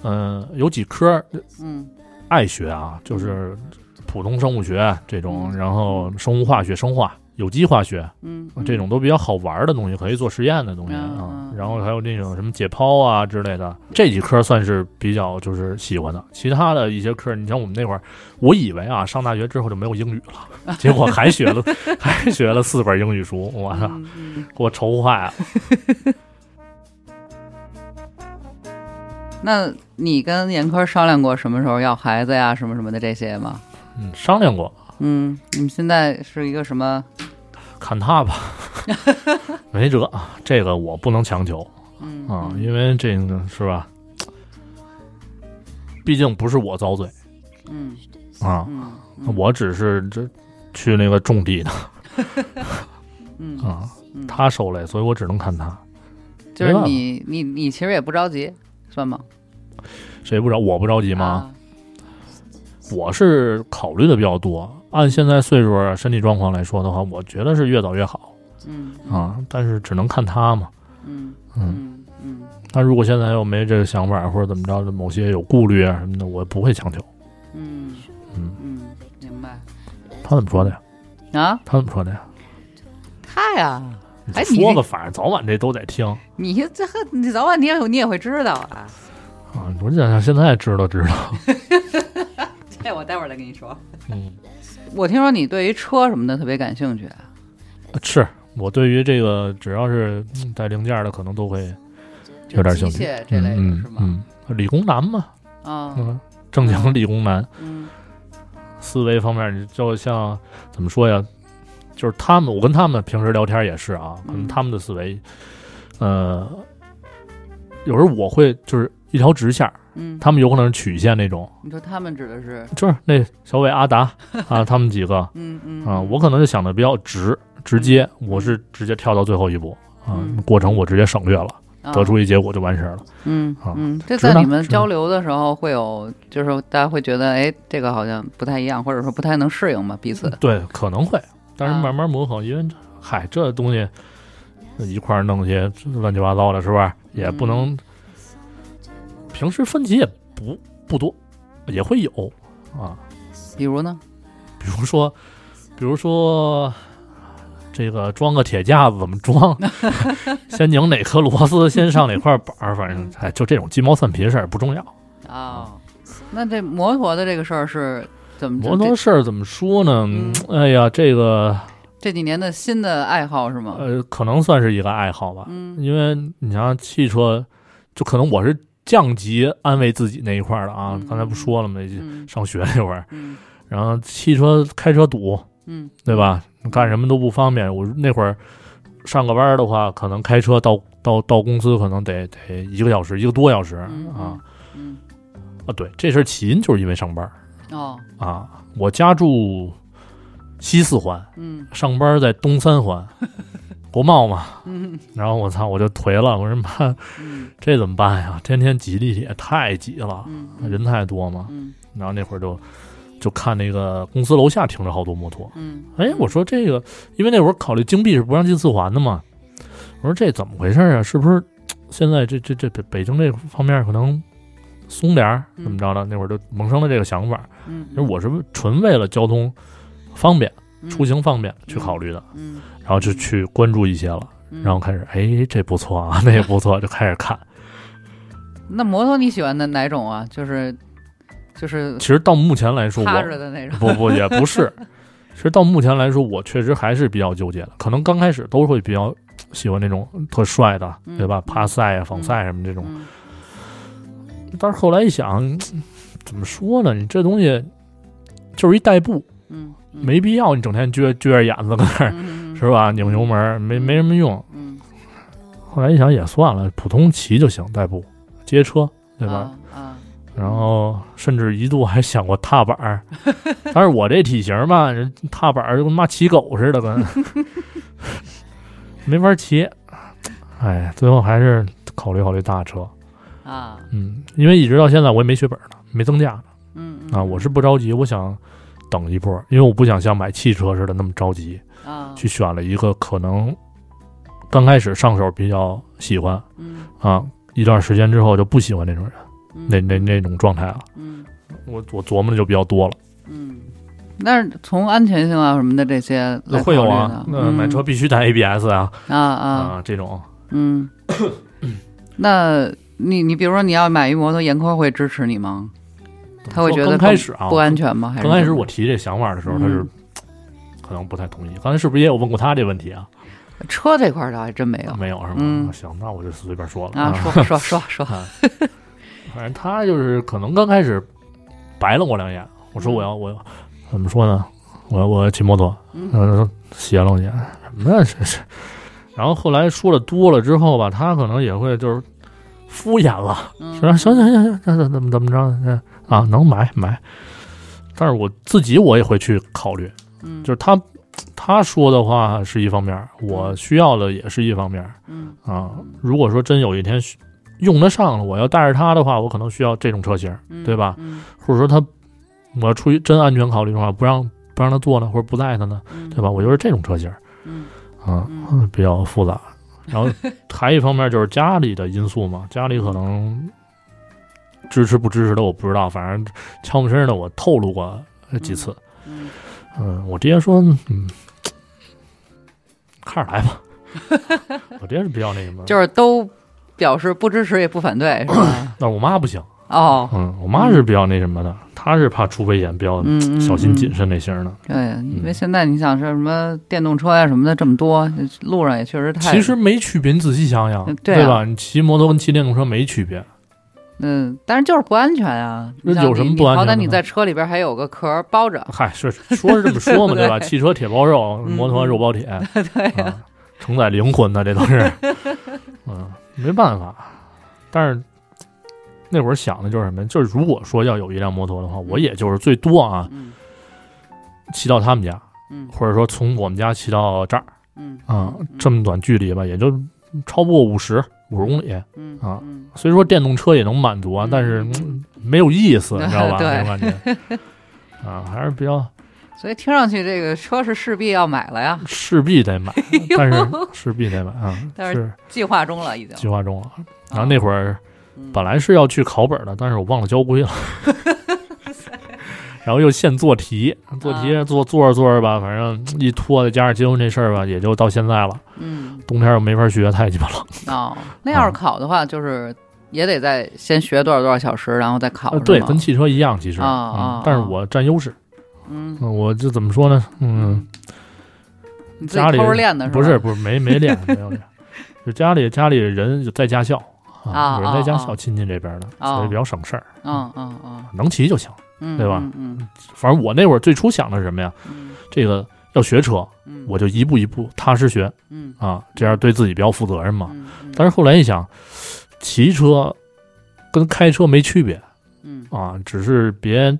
S2: 嗯，有几科
S1: 嗯
S2: 爱学啊，就是普通生物学这种，
S1: 嗯
S2: 然后生物化学、生化、有机化学
S1: 嗯，
S2: 哦这种都比较好玩的东西，可以做实验的东西
S1: 嗯
S2: 啊
S1: 嗯。
S2: 然后还有那种什么解剖啊之类的，这几科算是比较就是喜欢的。其他的一些科，你像我们那会儿，我以为啊，上大学之后就没有英语
S1: <laughs>
S2: 了，结果还学了，还学了四本英语书，我操！
S1: 嗯嗯
S2: 给我愁坏了。
S1: 那你跟严科商量过什么时候要孩子呀，什么什么的这些吗？
S2: 嗯，商量过，
S1: 嗯，你们现在是一个什么？
S2: 看
S1: <laughs>
S2: 他吧，没辙，啊这个我不能强求
S1: 嗯
S2: 啊，
S1: 嗯
S2: 因为这个是吧？毕竟不是我遭罪
S1: 嗯
S2: 啊，
S1: 嗯嗯
S2: 我只是这去那个种地的
S1: 嗯
S2: 啊，
S1: 嗯
S2: 他受累，所以我只能看他。
S1: 就是
S2: 没办法
S1: 你你你其实也不着急，算吗？
S2: 谁不着我不着急吗？
S1: 啊？
S2: 我是考虑的比较多。按现在岁数、啊身体状况来说的话，我觉得是越早越好
S1: 嗯
S2: 啊。但是只能看他嘛。
S1: 嗯
S2: 嗯，
S1: 嗯嗯
S2: 他如果现在又没这个想法，或者怎么着，某些有顾虑啊什么的，我不会强求。
S1: 嗯
S2: 嗯，
S1: 嗯，明白
S2: 他怎么说的呀？
S1: 啊？
S2: 他怎么说的呀？
S1: 他呀，
S2: 你
S1: 哎
S2: 就说吧，反正早晚这都得听啊。
S1: 你这和你早晚你也你也会知道啊。
S2: 我想想，现在知道知道。
S1: 这我待会儿再跟你说。
S2: 嗯，
S1: 我听说你对于车什么的特别感兴趣，啊
S2: 是我对于这个只要是嗯带零件的，可能都会有点
S1: 机
S2: 兴趣。
S1: 械这类的
S2: 嗯
S1: 是吗？
S2: 嗯，嗯理工男嘛，
S1: 啊
S2: 嗯，正经理工男，
S1: 嗯
S2: 思维方面，你就像怎么说呀？就是他们，我跟他们平时聊天也是啊，可能
S1: 嗯
S2: 他们的思维，呃，有时候我会就是一条直线儿，
S1: 嗯，
S2: 他们有可能是曲线那种，
S1: 你说他们指的是
S2: 就是那小伟、阿达啊，他们几个
S1: 嗯嗯
S2: 啊，我可能就想的比较直直接，我是直接跳到最后一步啊，过程我直接省略了，得出一结果就完事儿了。
S1: 啊嗯
S2: 啊
S1: 嗯，这
S2: 直
S1: 在
S2: 男
S1: 你们
S2: 直
S1: 交流的时候会有，就是大家会觉得，哎，这个好像不太一样，或者说不太能适应嘛，彼此。
S2: 对，可能会，但
S1: 啊
S2: 是慢慢磨合，因为嗨，这东西一块儿弄些乱七八糟的，是吧？也不能、平时分歧也不不多，也会有啊，
S1: 比如呢？
S2: 比如说比如说这个装个铁架子怎么 <laughs> 装，先拧哪颗螺丝，先上哪块板儿，反正哎，就这种鸡毛蒜皮事儿不重要。
S1: 哦，那这摩托的这个事儿是怎么着？
S2: 摩托事儿怎么说呢？
S1: 嗯
S2: 哎呀，这个
S1: 这这几年的新的爱好是吗？
S2: 呃，可能算是一个爱好吧，
S1: 嗯
S2: 因为你想想汽车，就可能我是降级安慰自己那一块儿的啊。
S1: 嗯
S2: 刚才不说了吗？
S1: 嗯
S2: 上学那会儿，
S1: 嗯
S2: 然后汽车开车堵，
S1: 嗯
S2: 对吧？干什么都不方便。我那会儿上个班儿的话，可能开车到到到公司可能得得一个小时，一个多小时
S1: 嗯
S2: 啊
S1: 嗯
S2: 啊！对，这事儿起因就是因为上班儿
S1: 哦
S2: 啊。我家住西四环，
S1: 嗯
S2: 上班在东三环，国贸嘛。
S1: 嗯
S2: <laughs> 然后我操，我就颓了，我说妈，
S1: 嗯
S2: 这怎么办呀？天天挤地铁，太挤了，
S1: 嗯
S2: 人太多嘛。
S1: 嗯
S2: 然后那会儿就就看那个公司楼下停着好多摩托，
S1: 嗯
S2: 哎，我说这个，因为那会儿考虑京币是不让进四环的嘛，我说这怎么回事啊？是不是现在这这这北北京这方面可能松点儿，
S1: 嗯
S2: 怎么着的？那会儿就萌生了这个想法，
S1: 嗯，
S2: 就是我是纯为了交通方便、
S1: 嗯
S2: 出行方便去考虑的，
S1: 嗯，
S2: 然后就去关注一些了，
S1: 嗯
S2: 然后开始哎这不错啊， <laughs> 那也不错，就开始看。
S1: 那摩托你喜欢的哪种啊？就是就是
S2: 其实到目前来说，
S1: 趴
S2: 我
S1: 着的那种。
S2: <laughs> 不不也不是，其实到目前来说，我确实还是比较纠结的。可能刚开始都会比较喜欢那种特帅的，
S1: 嗯
S2: 对吧？
S1: 嗯
S2: 趴赛啊、仿赛什么这种。但是后来一想，嗯怎么说呢？你这东西就是一代步，
S1: 嗯，嗯
S2: 没必要你整天撅撅着眼子搁那儿，
S1: 嗯嗯
S2: 是吧？拧油门儿没没什么用。
S1: 嗯，
S2: 后来一想也算了，普通骑就行，代步、街车，对吧？
S1: 啊？啊，
S2: 然后甚至一度还想过踏板儿，但是我这体型吧，人踏板儿就跟妈骑狗似的，跟没法骑。哎，最后还是考虑考虑大车，
S1: 啊，
S2: 嗯，因为一直到现在我也没血本呢，没增价呢
S1: 嗯
S2: 啊，我是不着急，我想等一波，因为我不想像买汽车似的那么着急，
S1: 啊，
S2: 去选了一个可能刚开始上手比较喜欢
S1: 嗯
S2: 啊，一段时间之后就不喜欢那种人，
S1: 嗯
S2: 那那那种状态了。
S1: 嗯
S2: 我我琢磨的就比较多了。
S1: 嗯，那是从安全性啊什么的这些来
S2: 会有啊
S1: 考，虑的
S2: 那买车必须带 ABS 啊
S1: 嗯啊啊
S2: 啊，这种
S1: 嗯， <coughs> 那你你比如说你要买一摩托，严科会支持你吗？他会觉得
S2: 刚开始啊
S1: 不，安全吗？还是
S2: 刚开始我
S1: 怎
S2: 提这想法的时候，
S1: 嗯
S2: 他是可能不太同意。刚才是不是也有问过他这问题啊？
S1: 么车这块儿倒还真没有
S2: 没有是吗
S1: 嗯？
S2: 行，那我就随便说了
S1: 啊，说说说
S2: <laughs>
S1: 说，
S2: 啊反正他就是可能刚开始白了我两眼，我说我要我要怎么说呢？我要我要骑摩托，
S1: 嗯
S2: 然后他说邪了你什么呀这是？然后后来说的多了之后吧，他可能也会就是敷衍了。
S1: 嗯
S2: 说行行行行，那怎怎么怎么着？嗯啊，能买买。但是我自己我也会去考虑，
S1: 嗯
S2: 就是他他说的话是一方面，我需要的也是一方面
S1: 嗯
S2: 啊。如果说真有一天需用得上了，我要带着它的话，我可能需要这种车型，
S1: 嗯
S2: 对吧
S1: 嗯
S2: 或者说他我要出于真安全考虑的话，不让不让他坐呢，或者不带他呢，
S1: 嗯
S2: 对吧？我就是这种车型
S1: 嗯
S2: 啊
S1: 嗯，
S2: 比较复杂。然
S1: <laughs>
S2: 后还一方面就是家里的因素嘛，家里可能支持不支持的我不知道，反正悄没声儿的我透露过呃几次。
S1: 嗯
S2: 嗯，我直接说，嗯，看着来
S1: <laughs>
S2: 吧。我直接是比较那什么，
S1: 就是都表示不支持也不反对，是
S2: <coughs>
S1: 吧？
S2: 但我妈不行，
S1: 哦，
S2: 嗯，我妈是比较那什么的，她是怕出危险，比较
S1: 嗯，嗯
S2: 呃小心谨
S1: 嗯
S2: 慎嗯那型儿的。
S1: 对，因为现在你想说什么电动车呀、什么的这么多，呃路上也确实太……
S2: 其实没区别，你仔细想想
S1: 嗯，对
S2: 对
S1: 啊
S2: 吧？你骑摩托跟骑电动车没区别，
S1: 嗯，但是就是不安全啊。
S2: 那
S1: 你像
S2: 有什么
S1: 你
S2: 不安全
S1: 你好歹
S2: 的
S1: 你
S2: 呢
S1: 在车里边还有个壳包着，
S2: 嗨，是说是这
S1: <laughs>
S2: 么说嘛，
S1: 对
S2: 对吧？汽车铁包肉，
S1: 嗯
S2: 摩托
S1: <laughs>
S2: 肉包铁，对啊，承载灵魂的这都是，嗯，没办法。但是那会儿想的就是什么？就是如果说要有一辆摩托的话，我也就是最多啊，
S1: 嗯
S2: 骑到他们家，
S1: 嗯
S2: 或者说从我们家骑到这儿
S1: 嗯
S2: 啊，
S1: 嗯
S2: 这么短距离吧，也就超不过五十五十公里。
S1: 嗯
S2: 啊
S1: 嗯
S2: 虽说电动车也能满足啊，
S1: 嗯
S2: 但是
S1: 嗯
S2: 嗯没有意思，你知道
S1: <laughs>
S2: 吧？
S1: 对
S2: 那种感觉啊，还是比较
S1: 嗯所以听上去这个车是势必要买了呀，
S2: 势必
S1: <laughs>
S2: 得买，但是势必得买啊，
S1: 哎但是
S2: 是
S1: 计划中了已经。
S2: 计划中了。然后那会儿
S1: 嗯 <laughs>
S2: 本来是要去考本的，但是我忘了交规了，然后又现做题，做题
S1: 啊
S2: 做做着做着吧，反正一拖，再加上结婚这事儿吧，也就到现在了。
S1: 嗯，
S2: 冬天又没法学，太鸡巴冷。
S1: 哦，那要是考的话，就是也得再先学多少多少小时，然后再考
S2: 呃
S1: 是吗。
S2: 对，跟汽车一样，其实，
S1: 啊
S2: 嗯
S1: 啊
S2: 但是
S1: 啊
S2: 我占优势。
S1: 嗯，
S2: 嗯我这怎么说呢？嗯，
S1: 你自己
S2: 家里
S1: 偷着练的是吧？
S2: 不是不是没没练没
S1: <laughs>
S2: 有练，就家里家里人就在家教
S1: 啊
S2: 有人在家
S1: 啊
S2: 教
S1: 啊
S2: 亲戚这边的，
S1: 啊
S2: 所以比较省事儿，
S1: 嗯，嗯嗯
S2: 能骑就行。
S1: 嗯，
S2: 对吧
S1: 嗯嗯
S2: 反正我那会儿最初想的是什么呀？
S1: 嗯
S2: 这个要学车，
S1: 嗯，
S2: 我就一步一步踏实学
S1: 嗯
S2: 啊，这样对自己比较负责任嘛。
S1: 嗯，嗯
S2: 但是后来一想，骑车跟开车没区别
S1: 嗯
S2: 啊，只是别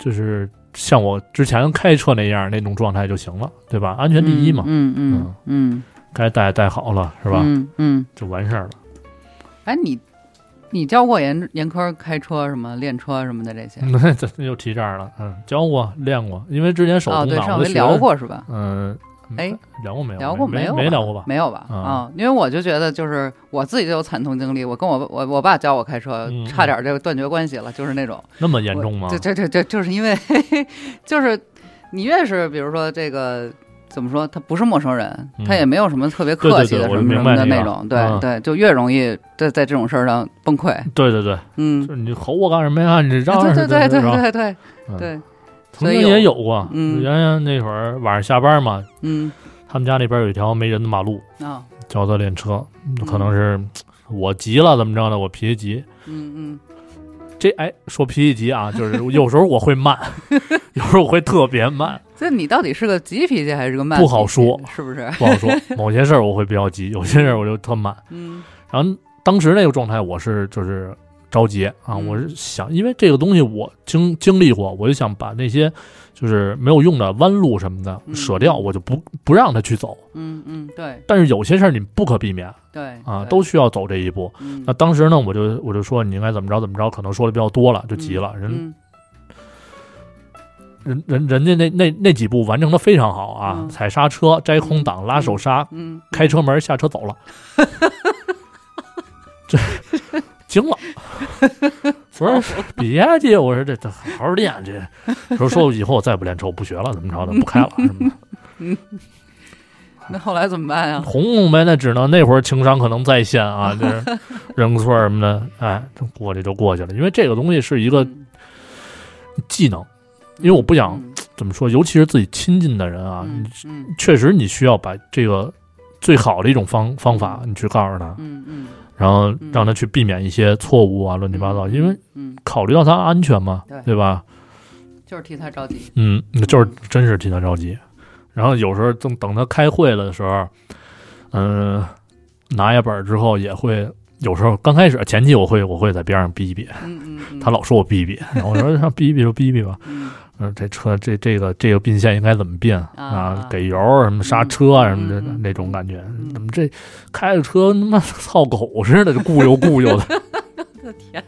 S2: 就是像我之前开车那样那种状态就行了，对吧？安全第一嘛，
S1: 嗯嗯嗯，
S2: 该带带好了是
S1: 是
S2: 吧？
S1: 嗯嗯，
S2: 就完事儿了。
S1: 哎，你你教过严严科开车什么练车什么的这些？
S2: 那 <laughs> 这又提这儿了，嗯，教过练过，因为之前手
S1: 哦，
S2: 工
S1: 对，
S2: 党、
S1: 上
S2: 我
S1: 回
S2: 就学
S1: 聊，过是吧？
S2: 嗯，
S1: 哎，
S2: 聊过没有？
S1: 聊过
S2: 没
S1: 有？
S2: 没聊过吧？
S1: 没有吧？
S2: 啊
S1: 啊，因为我就觉得，就是我自己就有惨痛经历。我跟我我我爸教我开车
S2: 嗯，啊
S1: 差点就断绝关系了，就是那种。
S2: 那么严重吗？
S1: 对对对对，就是因为就是你越是比如说这个。怎么说？他不是陌生人，
S2: 嗯
S1: 他也没有什么特别
S2: 对
S1: 客
S2: 对
S1: 气的
S2: 对
S1: 什么
S2: 我
S1: 什
S2: 明
S1: 么
S2: 白
S1: 的
S2: 这个
S1: 那种，对
S2: 嗯
S1: 对，就越容易在在这种事儿上崩
S2: <laughs>
S1: 溃。
S2: 对对对，
S1: 嗯，
S2: 就是你吼我干什么呀？你嚷嚷
S1: 对
S2: 什
S1: 啊对对
S2: 么
S1: 对
S2: 是吧
S1: 对对
S2: 嗯
S1: 对，
S2: 曾
S1: 所以
S2: 经
S1: 有
S2: 也有过，
S1: 嗯
S2: 原先那会儿晚上下班嘛，
S1: 嗯
S2: 他们家那边有一条没人的马路，
S1: 啊，
S2: 教他练车，
S1: 嗯
S2: 可能是我急了怎么着呢？我脾气急，
S1: 嗯嗯
S2: 这哎说脾气急啊，就是 <laughs> 有时候我会慢，有时候我会特别慢，
S1: 嗯，这你到底是个急脾气还是个慢？
S2: 不好说，
S1: 是不是？
S2: 不好说。某些事儿我会比较急，有些事儿我就特慢。
S1: 嗯
S2: 然后当时那个状态我是就是着急啊，
S1: 嗯
S2: 我是想，因为这个东西我经经历过，我就想把那些就是没有用的弯路什么的
S1: 嗯
S2: 舍掉，我就不不让他去走。
S1: 嗯嗯，对
S2: 但是有些事儿你不可避免
S1: 对
S2: 啊，
S1: 对
S2: 都需要走这一步。
S1: 嗯
S2: 那当时呢，我就我就说你应该怎么着怎么着，可能说的比较多了，就急了。人
S1: 嗯
S2: 人人人家那那那几步完成的非常好啊，
S1: 嗯
S2: 踩刹车、摘空挡、拉手刹、
S1: 嗯，
S2: 开车门、下车走了，这惊了。我说别介，我说这这好好练这。说说以后我再不练车，我不学了，怎么着的，不开了什么的。
S1: 那后来怎么办啊呀？
S2: 红红呗，那只能那会儿情商可能在线啊，就是认个错什么的，哎，这过去就过去了。因为这个东西是一个
S1: 嗯
S2: 技能，因为我不想
S1: 嗯
S2: 怎么说，尤其是自己亲近的人啊，
S1: 嗯
S2: 你
S1: 嗯
S2: 确实你需要把这个最好的一种方方法你去告诉他，
S1: 嗯嗯，
S2: 然后让他去避免一些错误啊，乱七八糟，因为
S1: 嗯，
S2: 考虑到他安全嘛，
S1: 对
S2: 对吧？
S1: 就是替他着急。
S2: 嗯，就是真是替他着急。然后有时候等等他开会了的时候，嗯、拿下本儿之后也会有时候刚开始前期我会我会在边上逼一逼，
S1: 嗯嗯，嗯
S2: 他老说我逼一逼，然后我说 <laughs> 那逼一逼就逼一逼吧。
S1: 嗯
S2: 嗯、这车这这个这个并线应该怎么并啊
S1: 啊？
S2: 给油儿什么刹车
S1: 嗯
S2: 啊什么的
S1: 嗯嗯
S2: 那种感觉，
S1: 嗯
S2: 怎么这开着车他妈操狗似的，就顾悠顾悠的。
S1: <laughs> 我的天，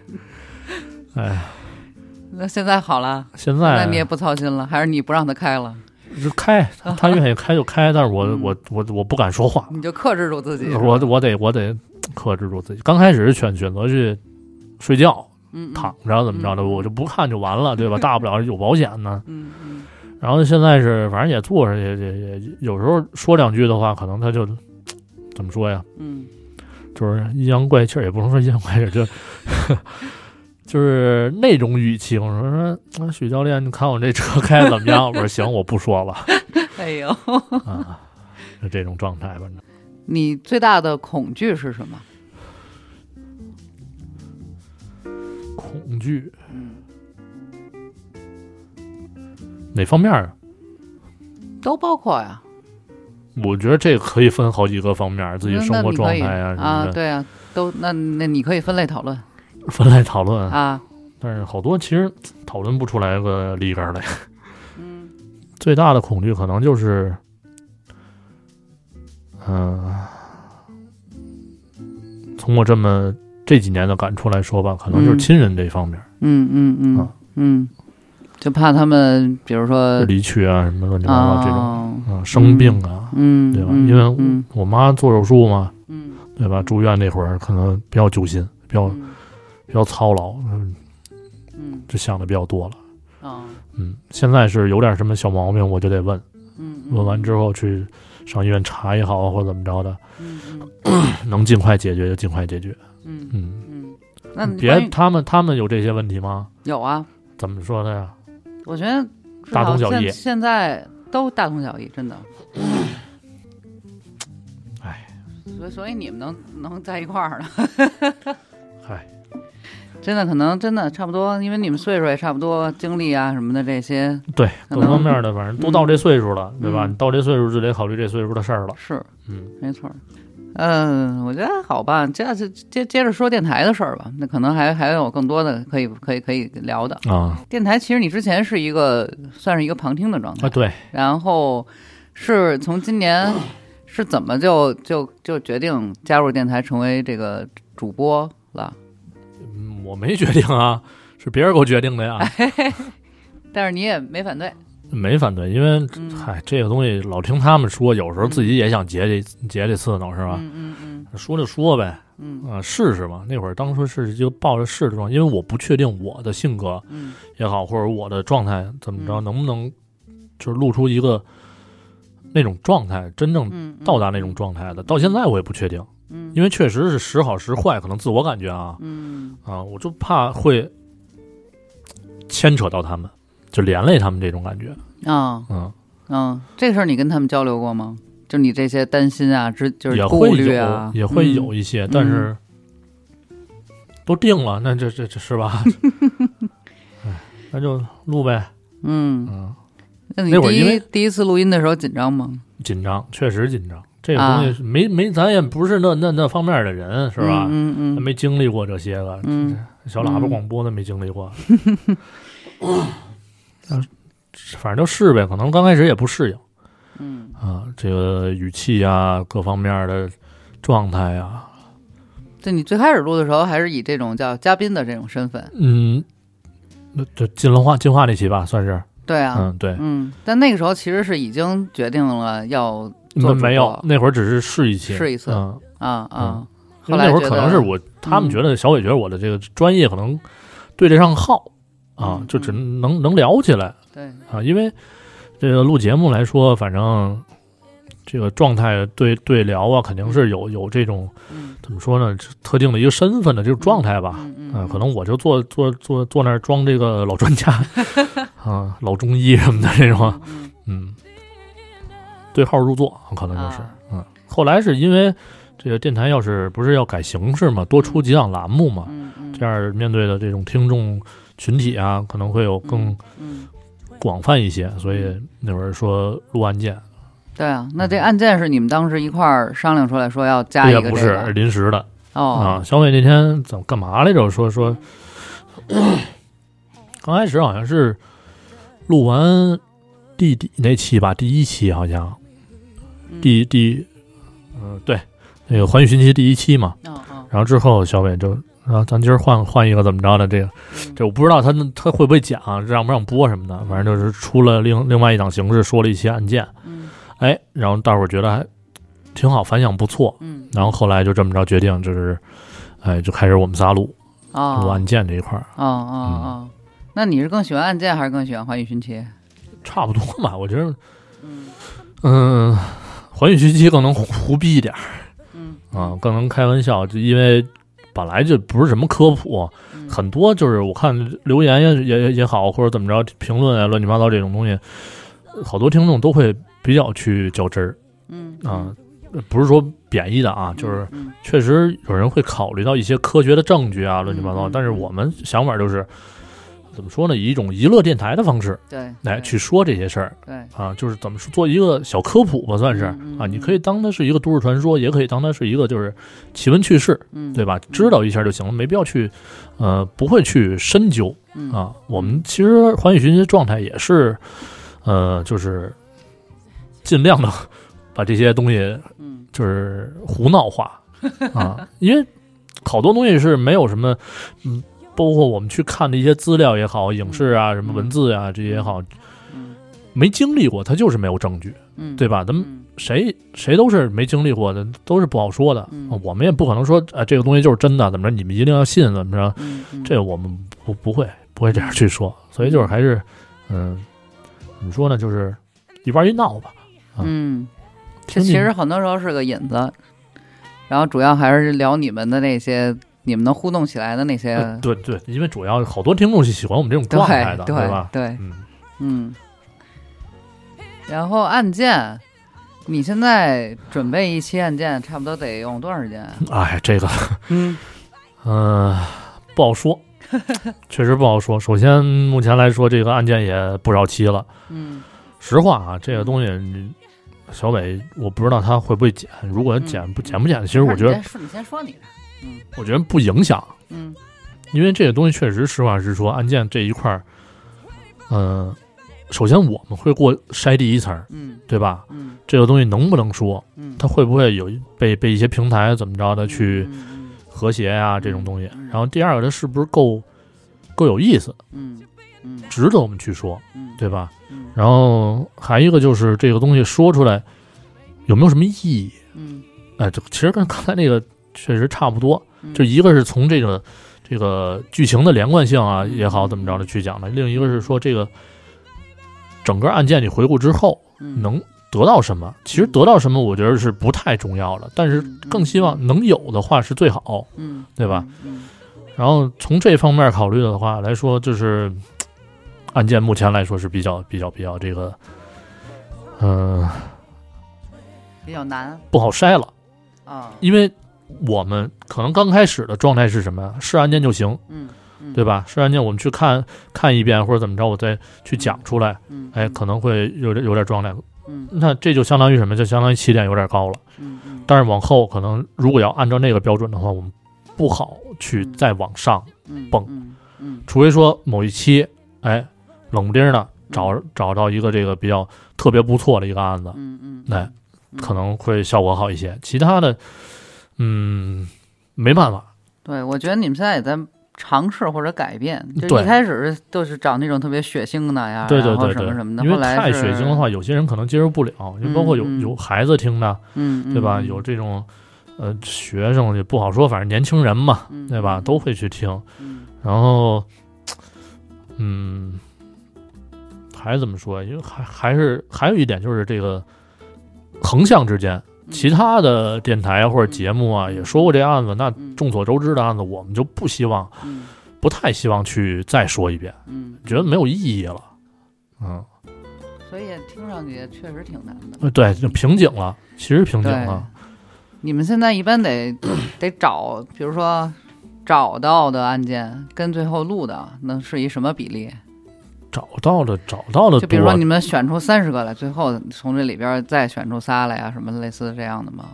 S2: <laughs> 哎，
S1: 那现在好了，
S2: 现
S1: 现在
S2: 在
S1: 你也不操心了，还是你不让他开了，
S2: 就开，他他愿意开就开，但是我
S1: 嗯
S2: 我我我不敢说话。
S1: 你就克制住自己。
S2: 我我得我得克制住自己。刚开始是选选择去睡觉，
S1: 嗯嗯
S2: 躺着怎么着的，
S1: 嗯
S2: 我就不看就完了，对
S1: <laughs>
S2: 吧？大不了有保险呢。
S1: 嗯嗯
S2: 然后现在是反正也坐着，也也也有时候说两句的话，可能他就怎么说呀，
S1: 嗯
S2: 就是阴阳怪气儿，也不能说阴阳怪气儿，就就是那种语气。我说说啊许教练，你看我这车开得怎么样？我说行，我不说了
S1: 嗯，哎呦，
S2: 啊，就这种状态吧。
S1: 你最大的恐惧是什么？
S2: 恐惧
S1: 嗯，
S2: 哪方面啊？
S1: 都包括呀，
S2: 我觉得这个可以分好几个方面儿，自己
S1: 那
S2: 生活状态
S1: 那
S2: 呀、
S1: 你可以
S2: 什
S1: 啊，
S2: 么的，
S1: 对啊，都那那你可以分类讨论
S2: 分类讨论。
S1: 啊，
S2: 但是好多其实讨论不出来个立杆儿来。
S1: 嗯
S2: 最大的恐惧可能就是，嗯、从我这么这几年的感触来说吧，可能就是
S1: 嗯
S2: 亲人这方面儿，
S1: 嗯嗯嗯
S2: 啊
S1: 嗯，就怕他们，比如说
S2: 离去啊什么乱七八糟这种，啊、
S1: 呃哦，
S2: 生病啊，
S1: 嗯，
S2: 对吧？
S1: 嗯
S2: 因为
S1: 嗯
S2: 我妈做手术嘛，
S1: 嗯
S2: 对吧？住院那会儿可能比较揪心，比较
S1: 嗯
S2: 比较操劳，嗯，
S1: 嗯
S2: 就想的比较多了。
S1: 啊嗯
S2: 嗯，现在是有点什么小毛病，我就得问
S1: 嗯，嗯
S2: 问完之后去上医院查也好，啊或者怎么着的，
S1: 嗯嗯
S2: 能尽快解决就尽快解决。
S1: 嗯
S2: 嗯，
S1: 嗯，那
S2: 你
S1: 你
S2: 别
S1: 关于
S2: 他们他们有这些问题吗？
S1: 有啊，
S2: 怎么说的呀？
S1: 我觉得至
S2: 大同
S1: 少
S2: 小
S1: 现
S2: 异
S1: 现在都大同小异，真的。
S2: 唉，
S1: 所以所以你们能能在一块儿呢，
S2: 嗨，
S1: 真的可能真的差不多，因为你们岁数也差不多，经历啊什么的这些
S2: 对，
S1: 可
S2: 各
S1: 能
S2: 方面的，反正都到这岁数了，对吧？
S1: 嗯
S2: 你到这岁数就得考虑这岁数的事儿了。
S1: 是
S2: 嗯，
S1: 没错儿。嗯，我觉得还好吧，接着接接着说电台的事儿吧，那可能还还有更多的可以可以可以聊的。
S2: 啊
S1: 电台其实你之前是一个算是一个旁听的状态
S2: 啊，，对，
S1: 然后是从今年是怎么就就就决定加入电台成为这个主播了？
S2: 嗯我没决定啊，是别人给我决定的呀，
S1: 哎但是你也没反对，
S2: 没反对，因为
S1: 嗯
S2: 嗨，这个东西老听他们说，有时候自己也想结这结这刺挠，是吧？
S1: 嗯嗯嗯
S2: 说就说呗，
S1: 嗯
S2: 啊，试试嘛。那会儿当初是就抱着试的状态，因为我不确定我的性格
S1: 嗯
S2: 也好，或者我的状态怎么着，
S1: 嗯
S2: 能不能就是露出一个那种状态，真正
S1: 嗯，
S2: 到达那种状态的。到现在我也不确定，
S1: 嗯，
S2: 因为确实是时好时坏，可能自我感觉啊
S1: 嗯
S2: 啊，我就怕会牵扯到他们，就连累他们这种感觉，
S1: 啊
S2: 嗯，
S1: 嗯，这事儿你跟他们交流过吗？就你这些担心啊，之就是
S2: 也
S1: 顾
S2: 会
S1: 虑
S2: 有、
S1: 啊，
S2: 也会
S1: 嗯
S2: 有一些，但是都定了，那这这这是吧？ <laughs> 哎那就录呗，
S1: 嗯。
S2: 嗯，
S1: 那你
S2: 那会儿
S1: 第
S2: 因
S1: 一
S2: 为
S1: 第一次录音的时候紧张吗？
S2: 紧张，确实紧张。这个
S1: 啊
S2: 东西是没、没，咱也不是那那那方面的人，是吧？
S1: 嗯嗯嗯
S2: 咱没经历过这些个，
S1: 嗯
S2: 小喇叭
S1: 嗯
S2: 广播的没经历
S1: <laughs>
S2: 过。嗯反正就试呗，可能刚开始也不适应
S1: 嗯
S2: 啊，这个语气啊，各方面的状态啊，
S1: 就你最开始录的时候，还是以这种叫嘉宾的这种身份，
S2: 嗯，那就进了化进化那期吧，算是，
S1: 对啊，
S2: 嗯，对，
S1: 嗯，但那个时候其实是已经决定了要做
S2: 那
S1: 主
S2: 没有
S1: 播，
S2: 那会儿只是试一期，
S1: 试一次
S2: 嗯，
S1: 啊啊，
S2: 因
S1: 后
S2: 为
S1: 来
S2: 那会
S1: 觉
S2: 儿可
S1: 得嗯
S2: 能是我，他们觉得小伟觉得我的这个专业可能对得上号啊
S1: 嗯，
S2: 就只能能聊起来
S1: 对，
S2: 啊，因为这个录节目来说，反正这个状态对对聊啊，肯定是有有这种
S1: 嗯
S2: 怎么说呢，这特定的一个身份的这种状态吧。
S1: 嗯嗯
S2: 啊，可能我就坐坐坐坐那儿装这个老专家 <laughs> 啊，老中医什么的这种，
S1: 嗯
S2: 嗯，对号入座可能就是，
S1: 啊
S2: 嗯，后来是因为这个电台要是不是要改形式嘛，多出几档栏目嘛，
S1: 嗯嗯，
S2: 这样面对的这种听众群体啊，可能会有更
S1: 嗯，
S2: 广泛一些，所以那会儿说录案件，
S1: 对啊，那这案件是你们当时一块儿商量出来说要加一
S2: 也
S1: 个
S2: 嗯哎不
S1: 这
S2: 是
S1: 个
S2: 临时的啊
S1: 哦，。
S2: 小伟那天怎么干嘛来着？说说，刚开始好像是录完第第那期吧，第一期好像
S1: 嗯
S2: 第第，嗯、对，那个《环宇新奇》第一期嘛。
S1: 哦哦，
S2: 然后之后小伟就啊，咱今儿换换一个怎么着的？这个
S1: 嗯
S2: 这我不知道他能他会不会讲，让不让播什么的，反正就是出了另另外一档形式，说了一些案件，
S1: 嗯
S2: 哎，然后大伙儿觉得还挺好，反响不错。
S1: 嗯
S2: 然后后来就这么着决定，就是哎，就开始我们仨录
S1: 哦
S2: 录案件这一块儿，
S1: 哦哦
S2: 嗯
S1: 哦，那你是更喜欢案件还是更喜欢《寰宇寻奇》？
S2: 差不多嘛。我觉得，
S1: 嗯
S2: 嗯，环宇寻奇更能胡逼一点儿
S1: 嗯
S2: 啊，更能开玩笑，就因为本来就不是什么科普，
S1: 嗯
S2: 很多就是我看留言也也也也好，或者怎么着评论啊，乱七八糟这种东西，好多听众都会比较去较真儿
S1: 嗯
S2: 啊，不是说贬义的啊，就是
S1: 嗯
S2: 确实有人会考虑到一些科学的证据啊，乱七八糟。
S1: 嗯
S2: 但是我们想法就是怎么说呢，以一种娱乐电台的方式
S1: 对
S2: 来
S1: 对
S2: 去说这些事儿
S1: 对
S2: 啊，就是怎么说做一个小科普吧，算是
S1: 嗯嗯
S2: 啊，
S1: 嗯
S2: 你可以当它是一个都市传说，也可以当它是一个就是奇闻趣事。
S1: 嗯
S2: 对吧？知道一下就行了，没必要去，呃，不会去深究
S1: 嗯
S2: 啊。我们其实环宇寻的状态也是，呃，就是尽量的把这些东西
S1: 嗯
S2: 就是胡
S1: <laughs>
S2: 闹化啊，因为好多东西是没有什么，嗯，包括我们去看的一些资料也好，影视啊、什么文字啊这些也好，
S1: 嗯
S2: 没经历过，它就是没有证据，
S1: 嗯
S2: 对吧？咱们
S1: 嗯
S2: 谁谁都是没经历过的，都是不好说的。
S1: 嗯
S2: 啊我们也不可能说啊、这个东西就是真的，怎么着？你们一定要信，怎么着？
S1: 嗯嗯
S2: 这我们不不会不会这样去说，所以
S1: 嗯
S2: 就是还是，嗯，怎么说呢，就是一玩一闹吧。啊
S1: 嗯，这
S2: 听
S1: 其
S2: 你
S1: 实很多时候是个引子，然后主要还是聊你们的那些你们能互动起来的那些，
S2: 呃对对，因为主要好多听众是喜欢我们这种
S1: 嗯对
S2: 状态的，对
S1: 对
S2: 吧？
S1: 对，
S2: 嗯，
S1: 嗯。然后案件，你现在准备一期案件，差不多得用多长时间啊？
S2: 哎，这个，
S1: 嗯
S2: 嗯、不
S1: <laughs>
S2: 好说，确实不好说。首先，目前来说，这个案件也不少期了。
S1: 嗯
S2: 实话啊，这个东西，你小伟，我不知道他会不会剪。如果剪不剪不剪，其实我觉
S1: 嗯你先，
S2: 得
S1: 说，你先说你的。
S2: 我觉得不影响，
S1: 嗯
S2: 因为这个东西确实，实话实说，案件这一块儿，嗯、首先我们会过筛第一层，
S1: 嗯
S2: 对吧？
S1: 嗯
S2: 这个东西能不能说，
S1: 嗯，
S2: 它会不会有一被被一些平台怎么着的去
S1: 嗯
S2: 和谐呀、这种东西
S1: 嗯嗯？
S2: 然后第二个，它是不是够够有意思，
S1: 嗯嗯嗯
S2: 值得我们去说，
S1: 嗯，
S2: 对吧？
S1: 嗯
S2: 然后还一个就是这个东西说出来有没有什么意义？
S1: 嗯
S2: 哎，这其实跟刚才那个确实差不多，
S1: 嗯
S2: 就一个是从这个这个剧情的连贯性啊
S1: 嗯
S2: 也好怎么着的去讲的，另一个是说这个整个案件你回顾之后
S1: 嗯
S2: 能得到什么，其实
S1: 嗯
S2: 得到什么我觉得是不太重要了，但是
S1: 嗯嗯
S2: 更希望能有的话是最好。
S1: 嗯，
S2: 对吧
S1: 嗯？
S2: 然后从这方面考虑的话来说，就是嘖案件目前来说是比较比较比较这个，嗯、
S1: 嗯比较难
S2: 不好筛了，
S1: 啊，
S2: 因为我们可能刚开始的状态是什么呀？是案件就行。
S1: 嗯，嗯
S2: 对？吧？是案件我们去看看一遍或者怎么着，我再去讲出来，
S1: 嗯，
S2: 哎，可能会有点有点状态。
S1: 嗯
S2: 那这就相当于什么？就相当于起点有点高了。
S1: 嗯嗯，
S2: 但是往后可能如果要按照那个标准的话，我们不好去再往上，
S1: 嗯
S2: 蹦
S1: 嗯嗯
S2: 除非说某一期，哎，冷不丁的
S1: 嗯
S2: 找找到一个这个比较特别不错的一个案子，
S1: 嗯嗯，
S2: 哎
S1: 嗯
S2: 可能会效果好一些。其他的，嗯，没办法，
S1: 对，我觉得你们现在也在尝试或者改变，就一
S2: 对
S1: 开始是都是找那种特别血腥的呀，
S2: 对对
S1: 啊然后
S2: 对
S1: 什
S2: 对
S1: 么什么的，
S2: 因为
S1: 后来
S2: 太血腥的话，
S1: 是，
S2: 有些人可能接受不了，就包括有
S1: 嗯嗯
S2: 有孩子听的。
S1: 嗯，
S2: 对吧？
S1: 嗯
S2: 有，这种呃学生也不好说，反正年轻人嘛，
S1: 嗯
S2: 对吧？都，会去听。
S1: 嗯
S2: 然后，嗯，还怎么说呀？因为还还是还有一点就是这个横向之间，
S1: 嗯
S2: 其他的电台或者节目啊
S1: 嗯
S2: 也说过这案子，那
S1: 嗯
S2: 众所周知的案子，我们就不希望，
S1: 嗯
S2: 不太希望去再说一遍，
S1: 嗯，
S2: 觉得没有意义了。嗯，
S1: 所以听上去也确实挺难的。
S2: 呃对，就瓶颈了，其实瓶颈了。
S1: 你们现在一般得 <coughs> 得找，比如说找到的案件跟最后录的能是一什么比例？
S2: 找到了，找到呃了多，
S1: 就比如说你们选出三十个来，最后从这里边再选出仨来啊，什么类似这样的吗？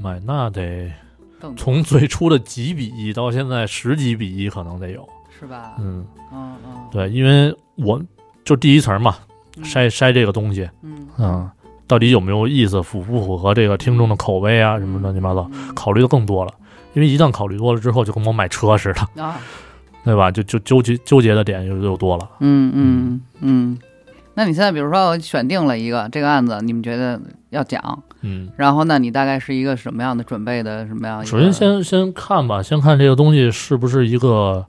S2: 买那得
S1: 更多
S2: 从最初的几比一到现在十几比一，可能得有。
S1: 是吧？
S2: 嗯，
S1: 嗯嗯，
S2: 对，因为我就第一层嘛，
S1: 嗯
S2: 筛筛这个东西，
S1: 嗯
S2: 嗯，到底有没有意思，符不符合这个听众的口味啊，什么乱七八糟，
S1: 嗯
S2: 考虑的更多了。因为一旦考虑多了之后，就跟我买车似的，
S1: 啊，
S2: 对吧？就就纠结纠结的点又又多了。
S1: 嗯嗯嗯。那你现在比如说我选定了一个这个案子，你们觉得要讲，
S2: 嗯，
S1: 然后呢，你大概是一个什么样的准备的什么样一个？
S2: 首先先先看吧，先看这个东西是不是一个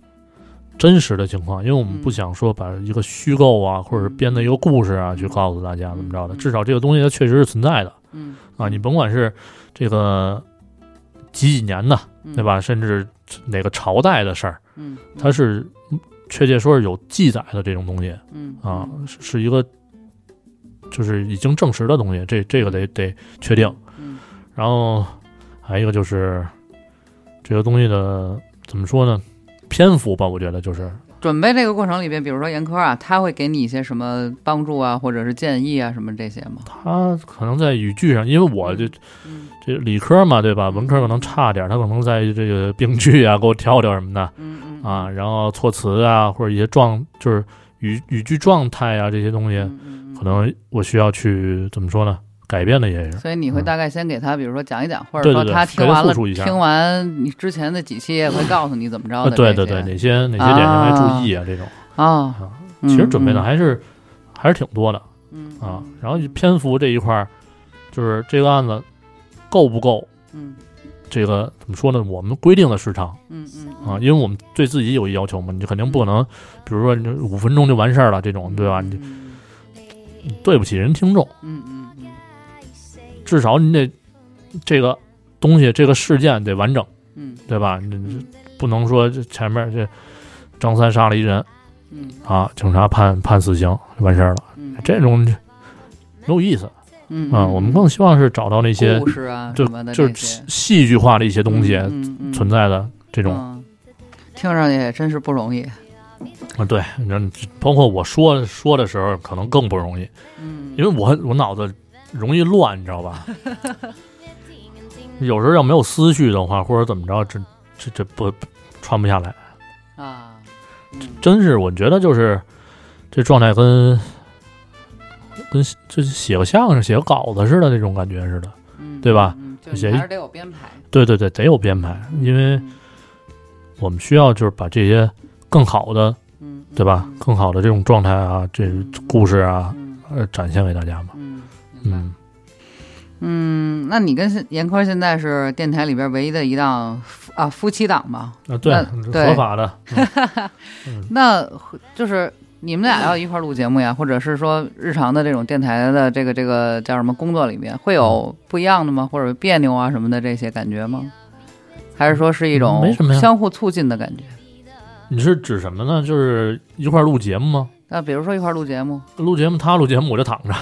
S2: 真实的情况，因为我们不
S1: 嗯
S2: 想说把一个虚构啊，或者是编的一个故事啊，去告诉大家怎么着的。
S1: 嗯
S2: 至少这个东西它确实是存在的
S1: 嗯
S2: 啊，你甭管是这个几几年的，
S1: 嗯
S2: 对吧？甚至哪个朝代的事儿，
S1: 嗯，
S2: 它是确切说是有记载的这种东西
S1: 嗯
S2: 啊，是是一个就是已经证实的东西，这这个得得确定。
S1: 嗯
S2: 然后还有一个就是这个东西的怎么说呢？篇幅吧，我觉得就是
S1: 准备这个过程里边，比如说严科啊，他会给你一些什么帮助啊，或者是建议啊，什么这些吗？
S2: 他可能在语句上，因为我这
S1: 嗯
S2: 这理科嘛，对吧？文科可能差点，他可能在这个病句啊给我挑挑什么的
S1: 嗯嗯
S2: 啊，然后措辞啊或者一些状就是语语句状态啊这些东西，
S1: 嗯
S2: 可。能我需要去怎么说呢？改变的也是，
S1: 所以你会大概先给他，比如说讲一讲，或者
S2: 对
S1: 说
S2: 对嗯对
S1: 他听完
S2: 给
S1: 了
S2: 他，复述一下
S1: 听完你之前的几期也会告诉你怎么着
S2: 啊，
S1: 的。
S2: 对
S1: 这
S2: 对
S1: 些
S2: 对，哪些哪些点上该注意啊？这种
S1: 啊
S2: 啊，
S1: 嗯
S2: 其实准备的
S1: 嗯
S2: 还是还是挺多的。
S1: 嗯
S2: 啊，然后篇幅这一块儿，就是这个案子够不够
S1: 嗯
S2: 这个怎么说呢？我们规定的时长
S1: 嗯嗯
S2: 啊，因为我们对自己有一要求嘛，你肯定不可能，比如说你五分钟就完事儿了这种，对吧？你
S1: 嗯
S2: 对不起人听众，
S1: 嗯嗯嗯
S2: 至少你得这个东西这个事件得完整，
S1: 嗯
S2: 对吧？你不能说这前面这张三杀了一人
S1: 嗯
S2: 啊，警察判判死刑就完事儿了，
S1: 嗯
S2: 这种没有意思
S1: 嗯
S2: 啊。我们更希望是找到那些
S1: 故事啊
S2: 就
S1: 什么的
S2: 就
S1: 这
S2: 是
S1: 些嗯
S2: 戏戏剧化的一些东西存
S1: 在
S2: 在的这种
S1: 嗯，听上去也真是不容易。嗯
S2: 啊，对，你知道包括我说说的时候，可能更不容易，
S1: 嗯，
S2: 因为我我脑子容易乱，你知道吧？ <laughs> 有时候要没有思绪的话，或者怎么着，这这这不不穿不下来。
S1: 啊，嗯
S2: 真是，我觉得就是这状态跟跟这写个相声、写个稿子似的那种感觉似的。
S1: 嗯
S2: 对吧？
S1: 嗯就你
S2: 谁嗯
S1: 还是得有编排，
S2: 对对对，得有编排，因为
S1: 嗯
S2: 我们需要就是把这些更好的，
S1: 嗯，
S2: 对吧？
S1: 嗯
S2: 更好的这种状态啊，这故事啊，
S1: 嗯
S2: 呃，展现给大家嘛。
S1: 嗯，明白
S2: 嗯，
S1: 嗯，那你跟现严科现在是电台里边唯一的一档夫啊夫妻档吧？
S2: 啊，对，
S1: 对
S2: 合法的。嗯
S1: 那和就是你们俩要一块儿录节目呀，或者是说日常的这种电台的这个这个叫什么工作里面，会
S2: 嗯
S1: 有不一样的吗？或者别扭啊什么的这些感觉吗？还是说是一种
S2: 没什么呀
S1: 相互促进的感觉？
S2: 你是指什么呢？就是一块儿录节目吗？
S1: 那比如说一块儿录节目
S2: 录节目他录节目我就躺着，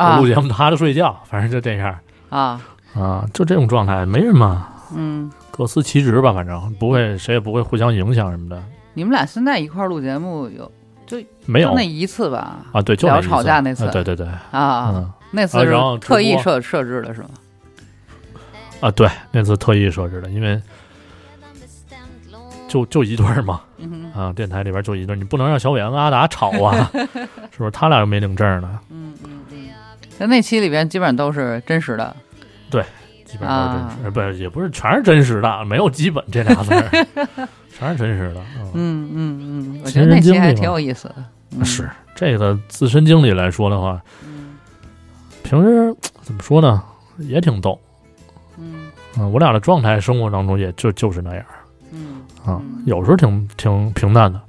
S1: 啊
S2: 我录节目他就睡觉，反正就这样
S1: 啊，
S2: 啊，就这种状态没什么，
S1: 嗯，
S2: 各司其职吧，反正不会谁也不会互相影响什么的，
S1: 你们俩现在一块儿录节目有
S2: 没有
S1: 就那一次吧？
S2: 啊，对，就那一次
S1: 聊吵架那次
S2: 啊对对对，
S1: 啊，
S2: 嗯
S1: 那次
S2: 啊
S1: 是
S2: 然后直
S1: 特意
S2: 播
S1: 设设置的是吗？
S2: 啊，对，那次特意设置的，因为就就一对儿嘛，
S1: 嗯哼
S2: 啊，电台里边就一对儿，你不能让小伟跟阿达吵
S1: <laughs>
S2: 啊，是不是？他俩又没领证呢，
S1: 嗯嗯嗯，那那期里边基本上都是真实的，
S2: 基本上都是真实，呃不是也不是全是真实的，没有基本这俩字儿，全是真实的，嗯
S1: 嗯嗯嗯，我觉
S2: 亲
S1: 得
S2: 身
S1: 那期
S2: 经历
S1: 还
S2: 嘛啊
S1: 挺有意思的，嗯
S2: 是这个自身经历来说的话，平时怎么说呢，也挺逗。
S1: 嗯
S2: 嗯，我俩的状态生活当中也就就是那样
S1: 嗯
S2: 啊
S1: 嗯，
S2: 有时候挺挺平淡的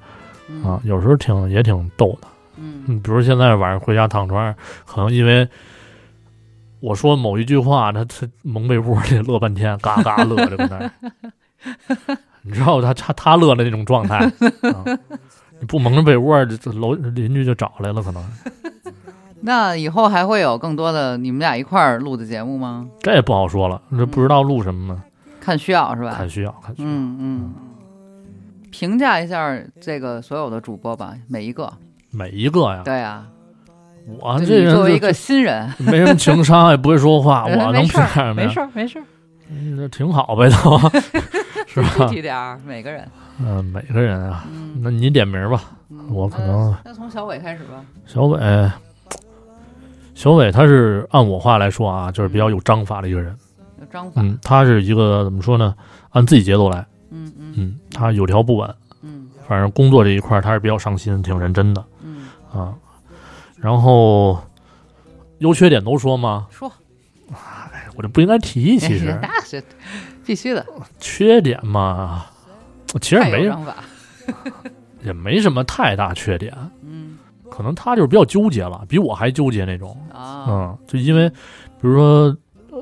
S1: 嗯
S2: 啊，有时候挺也挺逗的。
S1: 嗯
S2: 嗯，比如现在晚上回家躺床上，可能因为我说某一句话，他他蒙被窝里乐半天，嘎嘎乐就跟那儿， <laughs> 你知道他他他乐的那种状态，啊、你不蒙着被窝，这这楼邻居就找来了，可能
S1: 那以后还会有更多的你们俩一块儿录的节目吗？
S2: 这也不好说了，这不知道录什么呢，
S1: 看需要是吧
S2: 看？需要看需要。
S1: 嗯嗯。评价一下这个所有的主播吧，每一个。
S2: 每一个呀，
S1: 对啊，
S2: 我
S1: 就
S2: 这
S1: 你
S2: 人
S1: 作为
S2: 就
S1: 一个新人，
S2: 没什么情商，也不会说话，我能
S1: <laughs> 没事
S2: 骗
S1: 儿，
S2: 什么
S1: 没
S2: 呀
S1: 事？儿，没事儿，
S2: 嗯这挺好
S1: <laughs>
S2: 呗，都
S1: 具
S2: 是吧？
S1: 体点
S2: <laughs>
S1: 儿，每个人。
S2: 嗯，每个人啊，
S1: 嗯，
S2: 那你点名吧。
S1: 嗯
S2: 我可能
S1: 那那从小伟开始吧。
S2: 小伟，呃小伟他是按我话来说啊，就是比较有章法的一个人。
S1: 有章法，
S2: 嗯，他是一个怎么说呢？按自己节奏来。
S1: 嗯嗯
S2: 嗯，他有条不紊，
S1: 嗯
S2: 反正工作这一块儿他是比较上心，挺认真的
S1: 嗯，
S2: 啊。然后优缺点都说吗？
S1: 说，
S2: 我这不应该提，
S1: 哎
S2: 其实
S1: <laughs> 那是必须的，
S2: 缺点嘛，其实
S1: 太有
S2: 没
S1: 章法，
S2: 也没什么太大缺点，
S1: 嗯
S2: 可能他就是比较纠结了，比我还纠结那种。
S1: 啊，
S2: 嗯，就因为比如说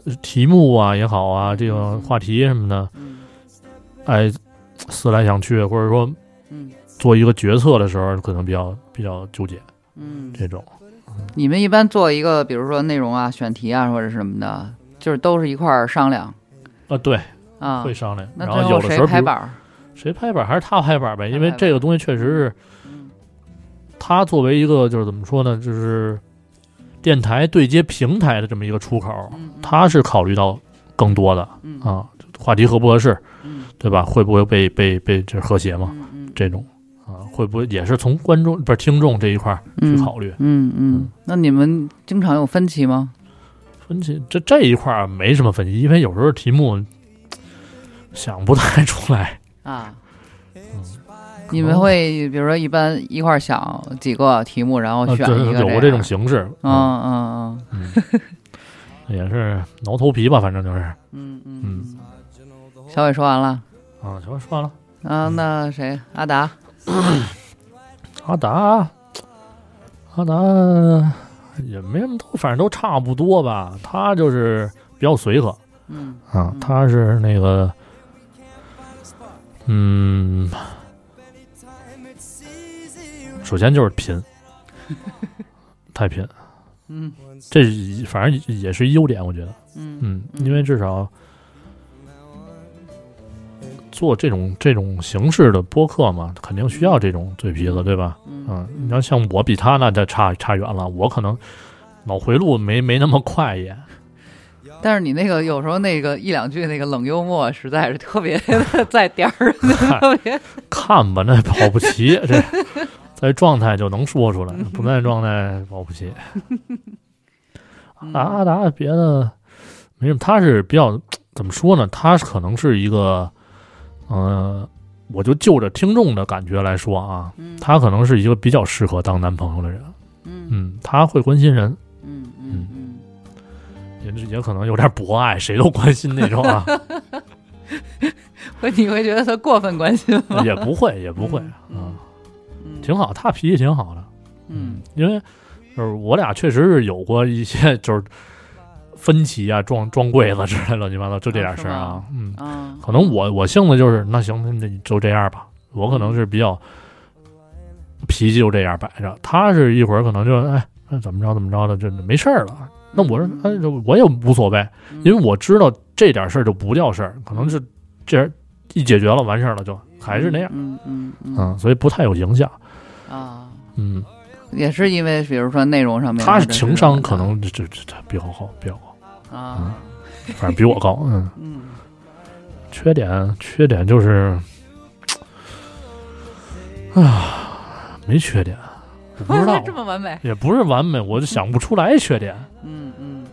S2: 呃题目啊也好啊，这个话题什么的，
S1: 嗯
S2: 哎，思来想去，或者说
S1: 嗯
S2: 做一个决策的时候，可能比较比较纠结
S1: 嗯，
S2: 这种。
S1: 你们一般做一个，比如说内容啊、选题啊或者是什么的，就是都是一块儿商量
S2: 啊，对，
S1: 啊
S2: 会。商量。
S1: 那
S2: 然
S1: 最
S2: 后有的时
S1: 谁
S2: 候，比
S1: 拍
S2: 如
S1: 板儿？
S2: 谁拍板还是他拍板呗，因
S1: 他拍
S2: 为
S1: 板
S2: 这个东西确实是
S1: 嗯
S2: 他作为一个就是怎么说呢，就是电台对接平台的这么一个出口，
S1: 嗯
S2: 他是考虑到更多的
S1: 嗯
S2: 啊，话题合不合适，
S1: 嗯
S2: 对吧？会不会被被被这和谐嘛？
S1: 嗯嗯
S2: 这种啊，会不会也是从观众不是听众这一块儿去考虑？
S1: 嗯嗯，那你们经常有分歧吗？
S2: 分歧这这一块儿啊没什么分歧，因为有时候题目嘖想不太
S1: <laughs>
S2: 出来。
S1: 啊，
S2: 嗯，
S1: 你们会比如说一般一块儿想几个题目，然后
S2: 啊对
S1: 选一个
S2: 对
S1: 样嗯
S2: 有过这种形式。
S1: 嗯嗯嗯，
S2: 嗯，嗯啊也是挠头皮吧，反正就是
S1: 嗯嗯
S2: 嗯嗯
S1: 嗯。小伟说完了
S2: 啊，行，说完了。
S1: 啊，那谁阿达？
S2: 阿达，阿达也没什么都，反正都差不多吧。他就是比较随和
S1: 嗯
S2: 啊
S1: 嗯，
S2: 他是那个，嗯，首先就是 <laughs> 贫，太贫，
S1: 嗯
S2: 这是反正也是优点，我觉得。
S1: 嗯
S2: 嗯，因为至少做这种这种形式的播客嘛，肯定需要这种嘴皮子，对吧？嗯，你要像我比他那这差差远了，我可能脑回路没没那么快也。 <laughs>
S1: 但是你那个有时候那个一两句那个冷幽默，实在是特别 <laughs> 在点儿，
S2: <laughs>
S1: 特别
S2: 看吧，那保
S1: <laughs>
S2: 不齐这在状态就能说出来，不在状态保不齐。
S1: 嗯
S2: 阿阿达别的没什么，他是比较怎么说呢？他可能是一个，呃，我就就着听众的感觉来说啊，
S1: 嗯
S2: 他可能是一个比较适合当男朋友的人。
S1: 嗯
S2: 嗯，他会关心人，
S1: 嗯嗯嗯，
S2: 也也可能有点博爱，谁都关心那
S1: <laughs>
S2: 种啊，
S1: 会你会觉得他过分关心吗？
S2: 也不会，也不会啊、
S1: 嗯嗯嗯
S2: 挺好。他脾气挺好的，
S1: 嗯，
S2: 因为就是我俩确实是有过一些就是分歧啊，撞撞柜子之类乱七八糟，就这点事儿啊
S1: 啊，
S2: 嗯。
S1: 啊，
S2: 可能我我性子就是那行，那你就这样吧。我可能是比较脾气就这样摆着，他是一会儿可能就哎，那怎么着怎么着的，就没事儿了。那我说
S1: 嗯
S2: 哎，就我也无所谓，
S1: 嗯
S2: 因为我知道这点事儿就不叫事儿，可能是这样一解决了完事儿了，就还是那样，
S1: 嗯嗯嗯
S2: 嗯，所以不太有影响，
S1: 啊，
S2: 嗯，
S1: 也是因为比如说内容上面，
S2: 他情商可能这这这比我好，比我好，
S1: 啊，
S2: 反正比我高，嗯。
S1: 嗯
S2: 缺点，缺点就是，啊，没缺点，我不知道，
S1: <laughs> 这么完美，
S2: 也不是完美，我就想不出来缺点。
S1: 嗯嗯，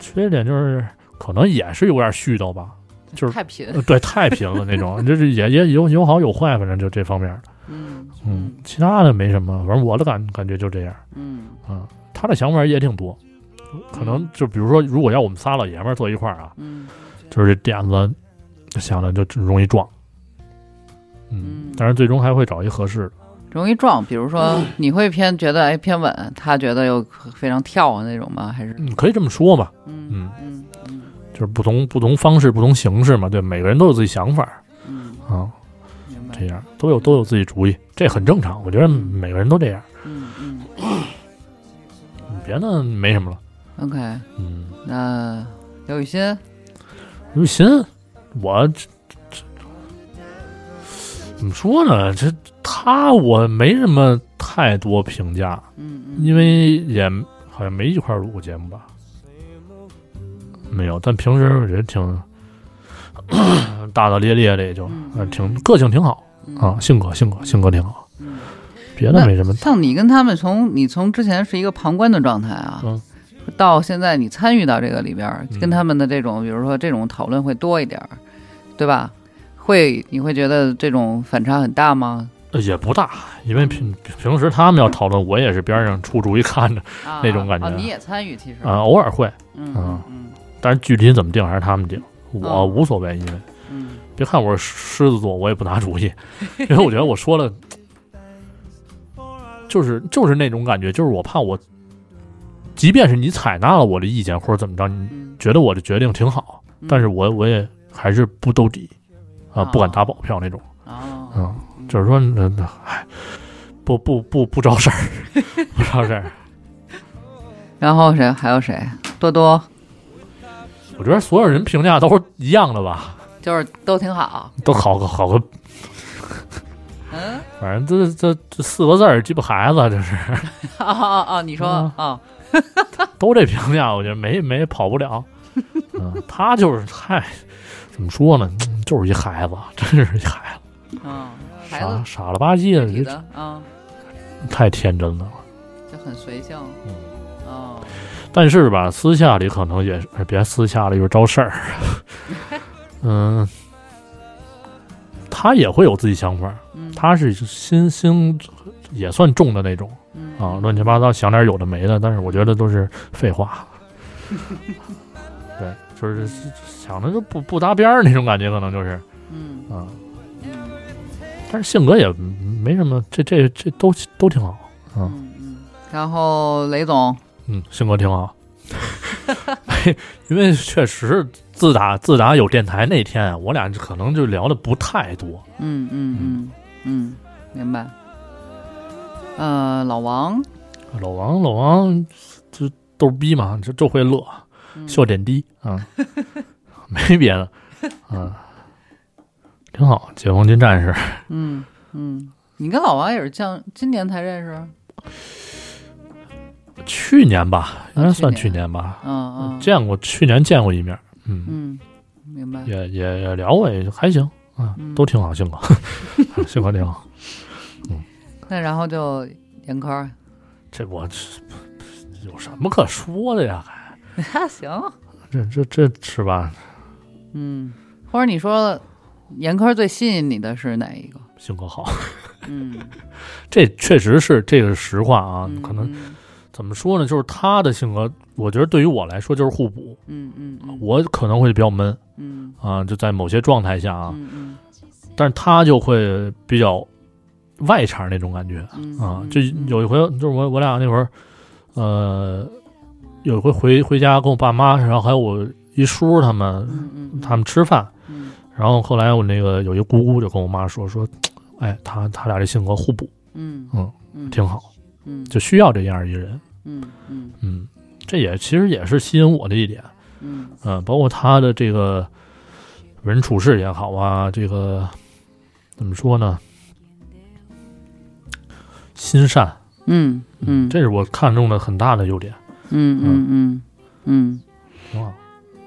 S2: 缺点就是可能也是有点絮叨吧，就是
S1: 太贫，
S2: 呃对，太平了那种，就是也也有有好有坏，反正就这方面儿。
S1: 嗯
S2: 嗯，其他的没什么，反正我的感感觉就这样。
S1: 嗯
S2: 嗯，他的想法也挺多，可能就比如说，如果要我们仨老爷们儿坐一块儿啊，
S1: 嗯
S2: 就是这点子想的就容易撞。嗯
S1: 嗯，
S2: 但是最终还会找一合适的。
S1: 容易撞，比如说你会偏觉得哎偏稳，他觉得又非常跳啊那种吗？还是
S2: 嗯，可以这么说吧，
S1: 嗯嗯嗯
S2: 就是不同不同方式、不同形式嘛。对，每个人都有自己想法儿
S1: 嗯，
S2: 啊，
S1: 明白
S2: 这。样都有都有自己主意，这很正常。我觉得每个人都这样，
S1: 嗯嗯
S2: 别的没什么了。
S1: ，OK，
S2: 嗯，
S1: 那刘雨欣，
S2: 刘雨欣，我这这怎么说呢？这他我没什么太多评价，
S1: 嗯嗯
S2: 因为也好像没一块儿录过节目吧，没有。但平时我觉得挺大大咧咧的，也就
S1: 嗯
S2: 呃挺个性挺好
S1: 嗯
S2: 啊，性格性格性格挺好，
S1: 嗯
S2: 别的没什么。
S1: 像你跟他们从你从之前是一个旁观的状态啊，
S2: 嗯
S1: 到现在你参与到这个里边儿，
S2: 嗯
S1: 跟他们的这种，比如说这种讨论会多一点儿，对吧？会你会觉得这种反差很大吗？
S2: 呃也不大，因为平平时他们要讨论，我也是边上出主意看着
S1: 啊
S2: 那种感觉
S1: 哦，你也参与其实
S2: 啊，，偶尔会，
S1: 嗯
S2: 啊
S1: 嗯
S2: 但是具体怎么定还是他们定，我
S1: 哦
S2: 无所谓，因为
S1: 嗯
S2: 别看我是狮子座，我也不拿主意，因为我觉得我说了，就是就是那种感觉，就是我怕我，即便是你采纳了我的意见或者怎么着，你
S1: 嗯
S2: 觉得我的决定挺好，
S1: 嗯，
S2: 但是我我也还是不兜底啊，
S1: 哦
S2: 不敢打保票那种，
S1: 哦
S2: 嗯，就是说，嗯哎，不不不不招事儿， <laughs> 不招事儿。
S1: 然后谁还有谁？多多
S2: 我觉得所有人评价都是一样的吧，
S1: 就是都挺好，
S2: 都好个好个，
S1: 嗯，
S2: 反正这这这四个字儿，鸡巴孩子，这是。
S1: 哦哦哦，你说
S2: 嗯
S1: 哦，
S2: 都这评价，我觉得没没跑不了。嗯，他就是太怎么说呢，嗯就是一孩子，真是一孩子，
S1: 嗯，孩
S2: 傻
S1: 子
S2: 傻了吧
S1: 具
S2: 唧
S1: 体
S2: 的，
S1: 的啊，
S2: 太天真了。
S1: 就很随性，
S2: 嗯，
S1: 哦，
S2: 但是吧，私下里可能也是哎别私下里又
S1: <laughs>
S2: 招事儿。嗯，他也会有自己想法，
S1: 嗯，
S2: 他是心心也算重的那种
S1: 嗯 <laughs>
S2: 啊，乱七八糟想点有的没的，但是我觉得都是废话。对，就是想的就不不搭边儿那种感觉，可能就是
S1: 嗯
S2: 啊、但是性格也没什么，这这这都都挺好，嗯
S1: 嗯嗯。然后雷总，
S2: 嗯，性格挺 <laughs> 好。因为确实，自打自打有电台那天，啊我俩可能就聊的不太多。
S1: 嗯嗯嗯嗯，明白。呃，老王，
S2: 老王，老王就逗逼嘛，就就会乐，
S1: 嗯
S2: 笑点低 <laughs> 啊，没别的，嗯，挺好。解放军战士，
S1: 嗯嗯，你跟老王也是将今年才认识？
S2: 去年吧，应该算去
S1: 去
S2: 年哦吧，
S1: 嗯嗯，
S2: 见过，去年见过一面，嗯，
S1: 嗯，明白。
S2: 也也也聊过，也还行啊，
S1: 嗯
S2: 都挺好，性格，性格挺 <laughs> 好。
S1: 那然后就严 <laughs> 科，
S2: 这我有什么可说的呀？
S1: 那行，
S2: 这这这是吧？
S1: 嗯，或者你说严科最吸引你的是哪一个？
S2: 性格好，啊
S1: 嗯，
S2: 这确实是这个实话啊。
S1: 嗯
S2: 可能
S1: 嗯
S2: 怎么说呢？就是他的性格，我觉得对于我来说就是互补。
S1: 嗯嗯嗯，
S2: 我可能会比较闷
S1: 嗯
S2: 啊，就在某些状态下啊，
S1: 嗯
S2: 但是他就会比较外场那种感觉
S1: 嗯
S2: 啊。
S1: 嗯
S2: 就
S1: 嗯
S2: 有一回，就是我我俩那会儿，呃，有一回回回家跟我爸妈，然后还有我一叔他们
S1: 嗯嗯嗯
S2: 他们吃饭，
S1: 嗯
S2: 然后后来我那个有一姑姑就跟我妈说说，哎，他他俩这性格互补，
S1: 嗯
S2: 嗯
S1: 嗯
S2: 挺好，
S1: 嗯
S2: 就需要这样一个人。
S1: 嗯嗯
S2: 嗯，这也其实也是吸引我的一点。
S1: 嗯
S2: 嗯，包括他的这个为人处事也好啊，这个怎么说呢？心善，
S1: 嗯嗯
S2: 这是我看中的很大的优点，
S1: 嗯嗯嗯嗯。
S2: 挺好。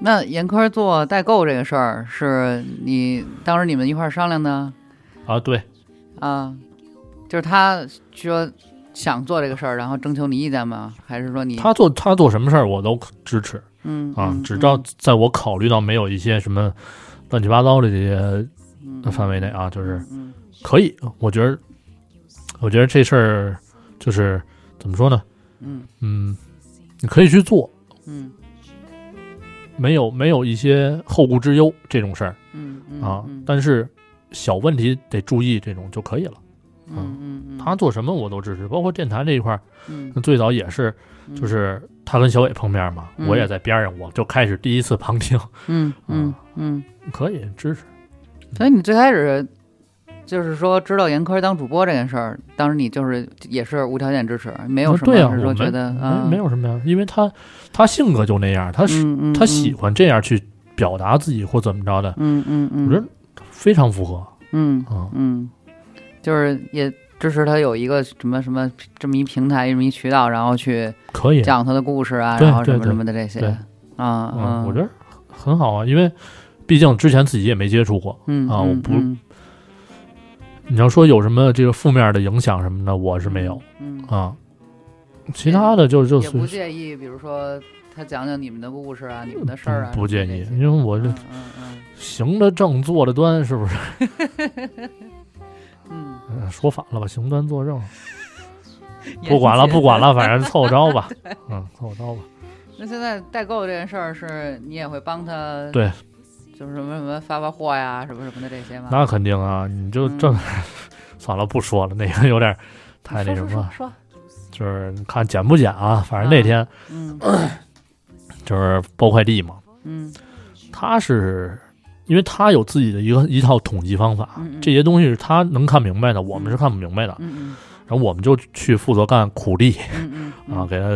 S1: 那严科做代购这个事儿，是你当时你们一块儿商量的
S2: 啊，对，
S1: 啊？就是他说想做这个事儿，然后征求你意见吗？还是说你
S2: 他做他做什么事儿我都支持
S1: 嗯
S2: 啊，
S1: 嗯
S2: 只要
S1: 嗯
S2: 在我考虑到没有一些什么乱七八糟的这些
S1: 嗯
S2: 的范围内啊，就是
S1: 嗯
S2: 可以，我觉得，我觉得这事儿就是怎么说呢？
S1: 嗯
S2: 嗯，你可以去做，
S1: 嗯
S2: 没有没有一些后顾之忧这种事儿
S1: 嗯嗯
S2: 啊
S1: 嗯，
S2: 但是小问题得注意这种就可以了。
S1: 嗯嗯嗯
S2: 他做什么我都支持，包括电台这一块儿，
S1: 嗯
S2: 最早也是
S1: 嗯
S2: 就是他跟小伟碰面嘛，
S1: 嗯
S2: 我也在边上，我就开始第一次
S1: <laughs>
S2: 旁听，
S1: 嗯嗯嗯，
S2: 可以支持。
S1: 所以你最开始就是说知道严科当主播这件事儿，当时你就是也是无条件支持，没有什么
S2: 对啊，
S1: 是
S2: 我
S1: 说
S2: 们
S1: 觉得啊
S2: 没没有什么呀，因为他他性格就那样，他是、
S1: 嗯嗯
S2: 他喜欢这样去表达自己或怎么着的，
S1: 嗯嗯嗯，
S2: 我觉得非常符合
S1: 嗯
S2: 啊、
S1: 嗯，就是也支持他有一个什么什么这么一平台这么一渠道，然后去
S2: 可以，
S1: 讲他的故事啊，
S2: 对
S1: 然后
S2: 对
S1: 什么
S2: 对
S1: 什么的这些
S2: 对
S1: 啊啊，
S2: 嗯，我觉得很好啊，因为毕竟之前自己也没接触过。
S1: 嗯
S2: 啊我
S1: 嗯
S2: 不
S1: 嗯
S2: 你要说有什么这个负面的影响什么的，我是没有
S1: 嗯，
S2: 啊。其他的就就
S1: 也不
S2: 随
S1: 介意，比如说他讲讲你们的故事啊，你们的事儿啊，
S2: 嗯不介
S1: 什么
S2: 意
S1: 的，这些
S2: 因为我这
S1: 嗯嗯
S2: 行得正，坐得端，是不 <laughs> 是？
S1: 嗯
S2: 呃说反了吧，行端坐正，
S1: 嗯，
S2: 不管了，
S1: 也理解
S2: 不
S1: <laughs>
S2: 管了，反正凑合着吧，嗯，凑合着吧。
S1: 那现在代购这件事儿，是你也会帮他
S2: 对，
S1: 就是什么什么发发货呀，什么什么的这些吗？
S2: 那肯定啊，你就
S1: 嗯
S2: 这 <laughs> 算了，不说了，那个有点太那什
S1: 说
S2: 么
S1: 说
S2: 了，
S1: 说说，
S2: 就是你看剪不剪啊？反正那
S1: 啊
S2: 天
S1: 嗯
S2: 就是包快递嘛，
S1: 嗯
S2: 他是因为他有自己的一个一套统计方法，
S1: 嗯嗯
S2: 这些东西是他能看明白的，我们是看不明白的。
S1: 嗯
S2: 然后我们就去负责干苦力
S1: 嗯嗯嗯
S2: 啊，，给他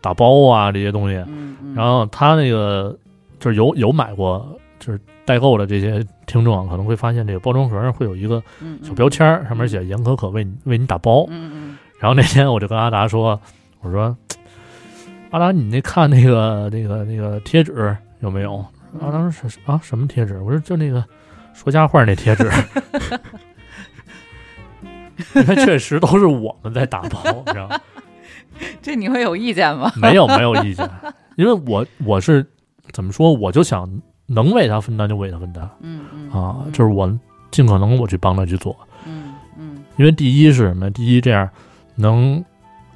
S2: 打包啊这些东西。
S1: 嗯嗯，
S2: 然后他那个就是有有买过就是代购的这些听众啊可能会发现这个包装盒上会有一个小标签儿，上面写“严可可为你为你打包”。
S1: 嗯嗯，嗯
S2: 然后那天我就跟阿达说，我说阿达，你那看那个那个那个贴纸有没有？
S1: 嗯
S2: 阿达说什啊什么贴纸？我说就那个说瞎话那贴纸。因为确实都是我们在打包，你知道吗？
S1: 嗯这你会有意见吗？
S2: 没有没有意见，因为我我是怎么说，我就想能为他分担就为他分担
S1: 嗯嗯
S2: 啊，就是我尽可能我去帮他去做，
S1: 嗯嗯
S2: 因为第一是什么？第一这样能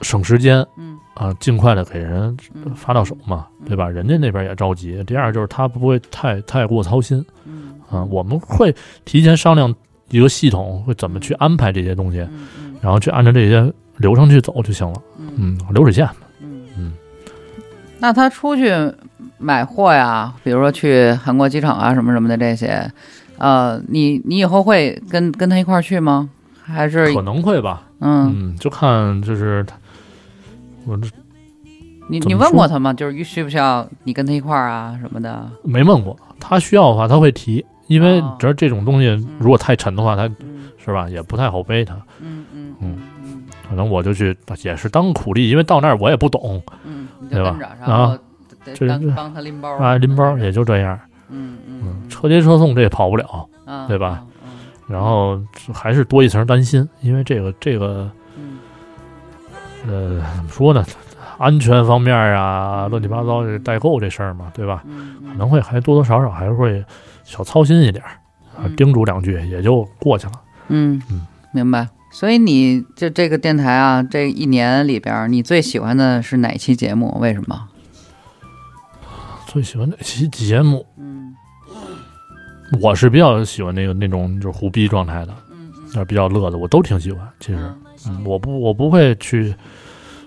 S2: 省时间
S1: 嗯
S2: 啊，尽快的给人
S1: 嗯
S2: 发到手嘛，对吧？人家那边也着急，第二就是他不会太太过操心
S1: 嗯
S2: 啊，我们会提前商量一个系统会怎么去安排这些东西，
S1: 嗯嗯
S2: 然后去按照这些流程去走就行了。
S1: 嗯
S2: 嗯，流水线
S1: 嗯
S2: 嗯。
S1: 那他出去买货呀，比如说去韩国机场啊，什么什么的这些，呃，你你以后会跟跟他一块儿去吗？还是
S2: 可能会吧，
S1: 嗯，
S2: 嗯，就看就是他，我这
S1: 你
S2: 怎
S1: 你
S2: 么
S1: 问
S2: 说
S1: 过他吗？就是需不需要你跟他一块儿啊什么的？
S2: 没问过，他需要的话他会提，因为
S1: 哦
S2: 只要这种东西如果太沉的话，他
S1: 嗯
S2: 是吧也不太好背他。
S1: 嗯嗯
S2: 嗯
S1: 嗯
S2: 可能我就去也是当苦力，因为到那儿我也不懂
S1: 嗯，你就
S2: 对吧
S1: 跟着，然
S2: 啊
S1: 后得
S2: 这
S1: 得
S2: 这
S1: 帮帮他拎包
S2: 啊，拎包也就这样，
S1: 嗯嗯
S2: 嗯，车接车送这也跑不了，
S1: 嗯，
S2: 对吧
S1: 嗯？
S2: 然后还是多一层担心，因为这个这个
S1: 嗯
S2: 呃怎么说呢，安全方面啊，乱七八糟这代购这事儿嘛，对吧？
S1: 嗯嗯，
S2: 可能会还多多少少还会小操心一点儿，啊
S1: 嗯
S2: 叮嘱两句也就过去了。
S1: 嗯
S2: 嗯，
S1: 明白。所以你就这个电台啊，这一年里边儿，你最喜欢的是哪期节目？为什么？
S2: 最喜欢哪期节目？
S1: 嗯
S2: 我是比较喜欢那个那种就是胡逼状态的，那比较乐的，我都挺喜欢。其实，嗯，我不我不会去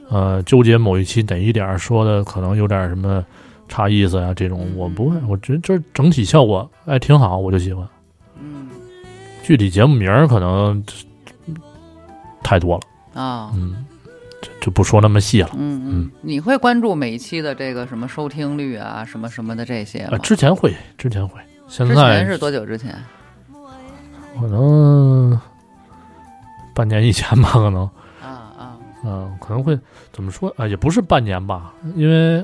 S2: 呃纠结某一期哪一点儿说的可能有点儿什么差意思啊这种，
S1: 嗯
S2: 我不会。我觉得就是整体效果哎挺好，我就喜欢。
S1: 嗯
S2: 具体节目名儿可能就是太多了，
S1: 啊
S2: 嗯，就就不说那么细了。
S1: 嗯嗯
S2: 嗯，
S1: 你会关注每一期的这个什么收听率啊，什么什么的这些
S2: 呃，
S1: 吗？
S2: 之前会，之前会，现
S1: 之前
S2: 在
S1: 是多久之前？
S2: 可能半年以前吧，可能，
S1: 啊啊，
S2: 嗯、可能会怎么说啊、也不是半年吧，因为、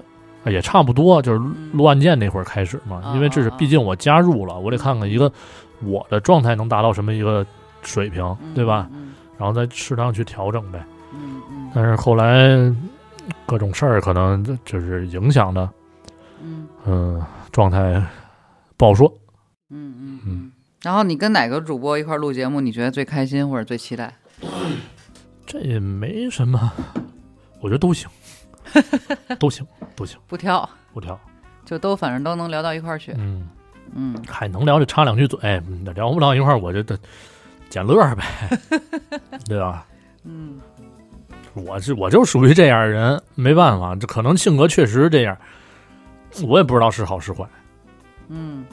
S2: 啊也差不多，就是录案件那会儿开始嘛，因为这是
S1: 啊啊啊
S2: 毕竟我加入了，我得看看一个我的状态能达到什么一个水平，对吧？
S1: 嗯？
S2: 然后再适当去调整呗。
S1: 嗯嗯嗯
S2: 但是后来各种事儿可能就就是影响的，
S1: 嗯
S2: 嗯、状态不好说。
S1: 嗯嗯嗯
S2: 嗯。
S1: 然后你跟哪个主播一块儿录节目，你觉得最开心或者最期待？
S2: 这也没什么，我觉得 <laughs> 都行，都行，都行，
S1: 不挑，
S2: 不挑。
S1: 就都反正都能聊到一块儿去。
S2: 嗯，
S1: 嗯，
S2: 还能聊就插两句嘴，嗯聊不到一块儿，我就得捡乐儿呗，对吧？
S1: 嗯
S2: 我是我就属于这样的人，没办法，这可能性格确实这样，我也不知道是好是坏。
S1: 嗯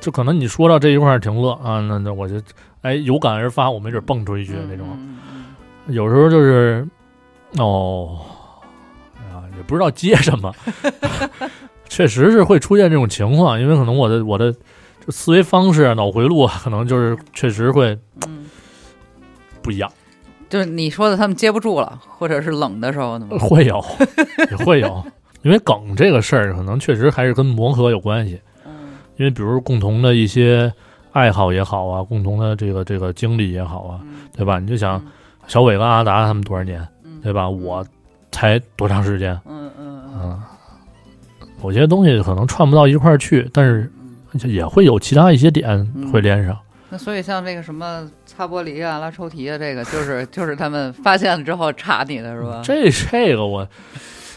S2: 就可能你说到这一块儿挺乐啊，那那我就哎有感而发，我没准蹦出一句那种。
S1: 嗯嗯
S2: 有时候就是哦，啊，也不知道接什么，确实是会出现这种情况，因为可能我的我的这思维方式、啊、脑回路啊，可能就是确实会
S1: 嗯嗯
S2: 不一样，
S1: 就是你说的他们接不住了，或者是冷的时候呢吗？
S2: 会有 <laughs> 也会有，因为梗这个事儿，可能确实还是跟磨合有关系，
S1: 嗯
S2: 因为比如共同的一些爱好也好啊，共同的这个这个经历也好啊，
S1: 嗯
S2: 对吧？你就想小伟跟阿达他们多少年，
S1: 嗯
S2: 对吧？我才多长时间？
S1: 嗯嗯
S2: 嗯，有些东西可能串不到一块儿去，但是
S1: 嗯。
S2: 也会有其他一些点
S1: 嗯
S2: 会连上。
S1: 那所以像这个什么擦玻璃啊、拉抽屉啊，这个就是 <laughs> 就是他们发现了之后查你的是吧？
S2: 这这个我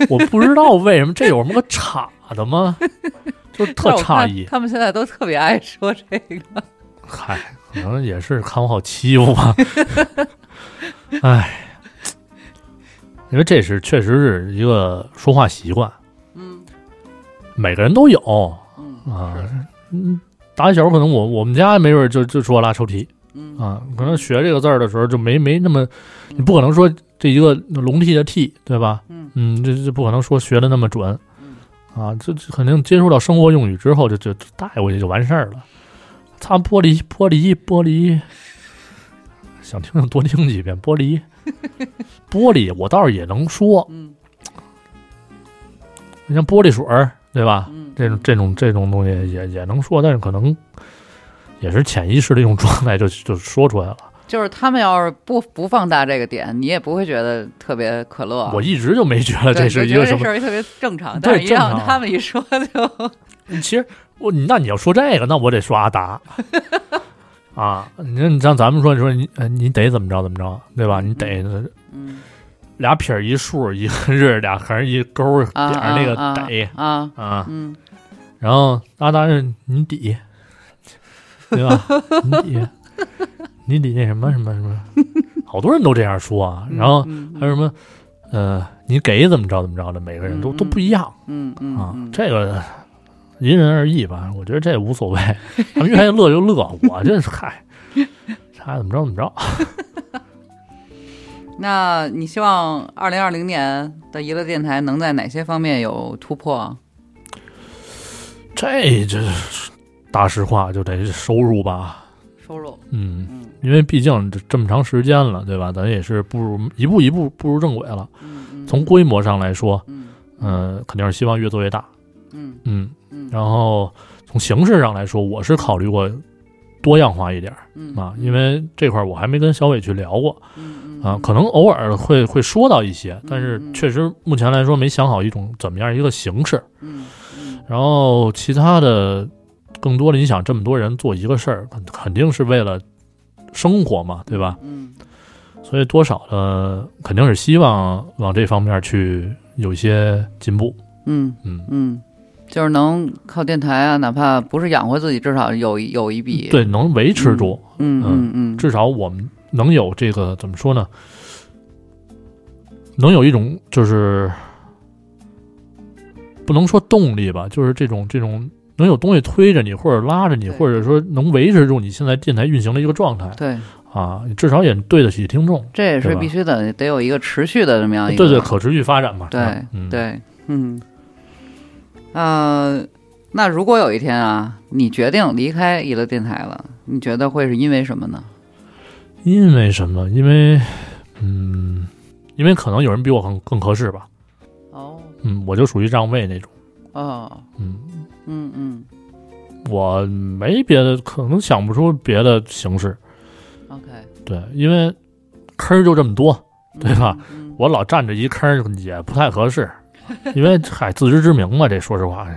S2: 我不知道为什么这有什么个差
S1: <laughs>
S2: 的吗？就特
S1: 但我看
S2: 诧异。
S1: 他们现在都特别爱说这个。
S2: 嗨，可能也是看我好欺负吧。 <laughs> 哎，因为这是确实是一个说话习惯，
S1: 嗯
S2: 每个人都有
S1: 嗯
S2: 啊。嗯，打小可能我我们家没准就就说拉抽屉。
S1: 嗯
S2: 啊，可能学这个字儿的时候就没没那么，你不可能说这一个笼屉的屉，对吧？
S1: 嗯
S2: 这这不可能说学的那么准
S1: 嗯
S2: 啊，这这肯定接触到生活用语之后就就就带回去就完事儿了。擦玻璃，玻璃，玻璃，想听就多听几遍。
S1: <laughs>
S2: 玻璃，玻璃，我倒是也能说，
S1: 嗯
S2: 你像玻璃水儿，对吧？
S1: 嗯，
S2: 这种这种这种东西也也能说，但是可能也是潜意识的一种状态就就说出来了。
S1: 就是他们要是不不放大这个点，你也不会觉得特别可乐。
S2: 我一直就没觉得
S1: 对
S2: 这是一个
S1: 我觉
S2: 什
S1: 得这事儿
S2: 么
S1: 特别正常，
S2: 对
S1: 但是一让
S2: 正常啊
S1: 他们一说就
S2: 其实我那你要说这个，那我得说阿达啊。你你像咱们说，你说你呃你得怎么着怎么着，对吧？你得
S1: 嗯
S2: 俩撇儿一竖一个日俩横一勾儿
S1: 啊
S2: 点儿那个
S1: 啊
S2: 得
S1: 啊啊，
S2: 啊，
S1: 嗯，
S2: 然后阿达是你底，对吧？你底，你底那什么什么什么，好多人都这样说啊。然后
S1: 嗯
S2: 还有什么，呃，你给怎么着怎么着的，每个人都
S1: 嗯
S2: 都不一样
S1: 嗯嗯
S2: 啊
S1: 嗯，，
S2: 这个因人而异吧。我觉得这无所谓，他们愿意乐就乐，我这是嗨，他怎么着怎么着。
S1: 那你希望二零二零年的娱乐电台能在哪些方面有突破？
S2: 这这大实话就得收入吧，
S1: 收入，
S2: 嗯。
S1: 嗯
S2: 因为毕竟这这么长时间了，对吧？咱也是步入一步一步步入正轨了。
S1: 嗯嗯，
S2: 从规模上来说，
S1: 嗯
S2: 嗯、肯定是希望越做越大，
S1: 嗯
S2: 嗯。
S1: 嗯，
S2: 然后从形式上来说，我是考虑过多样化一点儿
S1: 嗯
S2: 啊，因为这块儿我还没跟小伟去聊过
S1: 嗯嗯
S2: 啊
S1: 嗯，
S2: 可能偶尔会会说到一些，但是
S1: 嗯嗯
S2: 确实目前来说没想好一种怎么样一个形式。
S1: 嗯嗯
S2: 然后其他的更多的，你想这么多人做一个事儿，肯肯定是为了生活嘛，对吧？
S1: 嗯
S2: 所以多少呢，肯定是希望往这方面去有一些进步。
S1: 嗯
S2: 嗯，
S1: 嗯，就是能靠电台啊，哪怕不是养活自己，至少有一有一笔，
S2: 对，能维持住，
S1: 嗯嗯嗯，
S2: 至少我们能有这个怎么说呢？能有一种就是不能说动力吧，就是这种这种能有东西推着你，或者拉着你，
S1: 对
S2: 或者说能维持住你现在电台运行的一个状态
S1: 对，
S2: 啊，至少也对得起听众。
S1: 这也是
S2: 对吧
S1: 必须的，得有一个持续的这么样一
S2: 对
S1: 个
S2: 对，可持续发展嘛。
S1: 啊对
S2: 嗯，
S1: 对，嗯，呃，那如果有一天啊，你决定离开娱乐电台了，你觉得会是因为什么呢？
S2: 因为什么？因为，嗯，因为可能有人比我更更合适吧。
S1: 哦
S2: 嗯，我就属于让位那种。
S1: 哦，
S2: 嗯，
S1: 嗯嗯
S2: 我没别的，可能想不出别的形式。
S1: ，OK，嗯
S2: 对，因为坑儿就这么多，对吧？
S1: 嗯
S2: 我老占着一坑儿也不太
S1: <laughs>
S2: 合适。因为嗨，自知之明嘛，这说实话，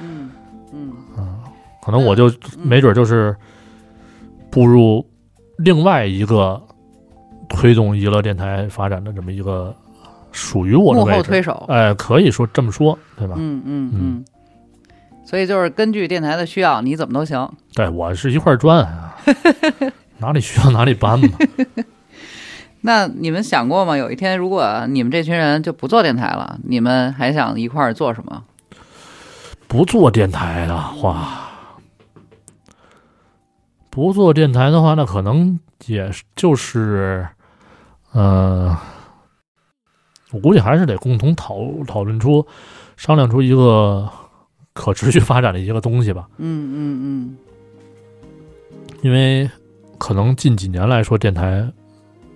S1: 嗯嗯
S2: 可能我就
S1: 嗯
S2: 啊没准就是步入另外一个推动娱乐电台发展的这么一个属于我的
S1: 幕
S2: 位
S1: 后
S2: 置。
S1: 推手，
S2: 哎，可以说这么说，对吧？
S1: 嗯嗯嗯，所以就是根据电台的需要，你怎么都行。
S2: 对我是一块砖
S1: <laughs>
S2: 啊，哪里需要哪里搬嘛。
S1: 那你们想过吗？有一天，如果你们这群人就不做电台了，你们还想一块儿做什么？
S2: 不做电台的话，不做电台的话，那可能也是就是，呃，我估计还是得共同讨讨论出、商量出一个可持续发展的一个东西吧。
S1: 嗯嗯
S2: 因为可能近几年来说，电台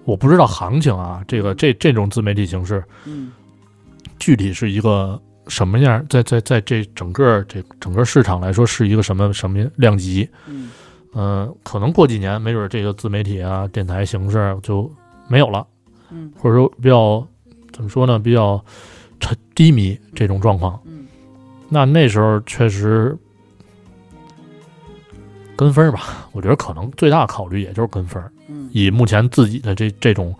S2: 我不知道行情啊，这个这这种自媒体形式，
S1: 嗯嗯
S2: 具体是一个什么样，在在在这整个这整个市场来说是一个什么什么量级？
S1: 嗯
S2: 嗯、可能过几年，没准这个自媒体啊、电台形式就没有了，
S1: 嗯
S2: 或者说比较怎么说呢，比较沉低迷这种状况。
S1: 嗯
S2: 那那时候确实呃跟风儿吧，我觉得可能最大考虑也就是跟风儿。
S1: 嗯
S2: 以目前自己的这这种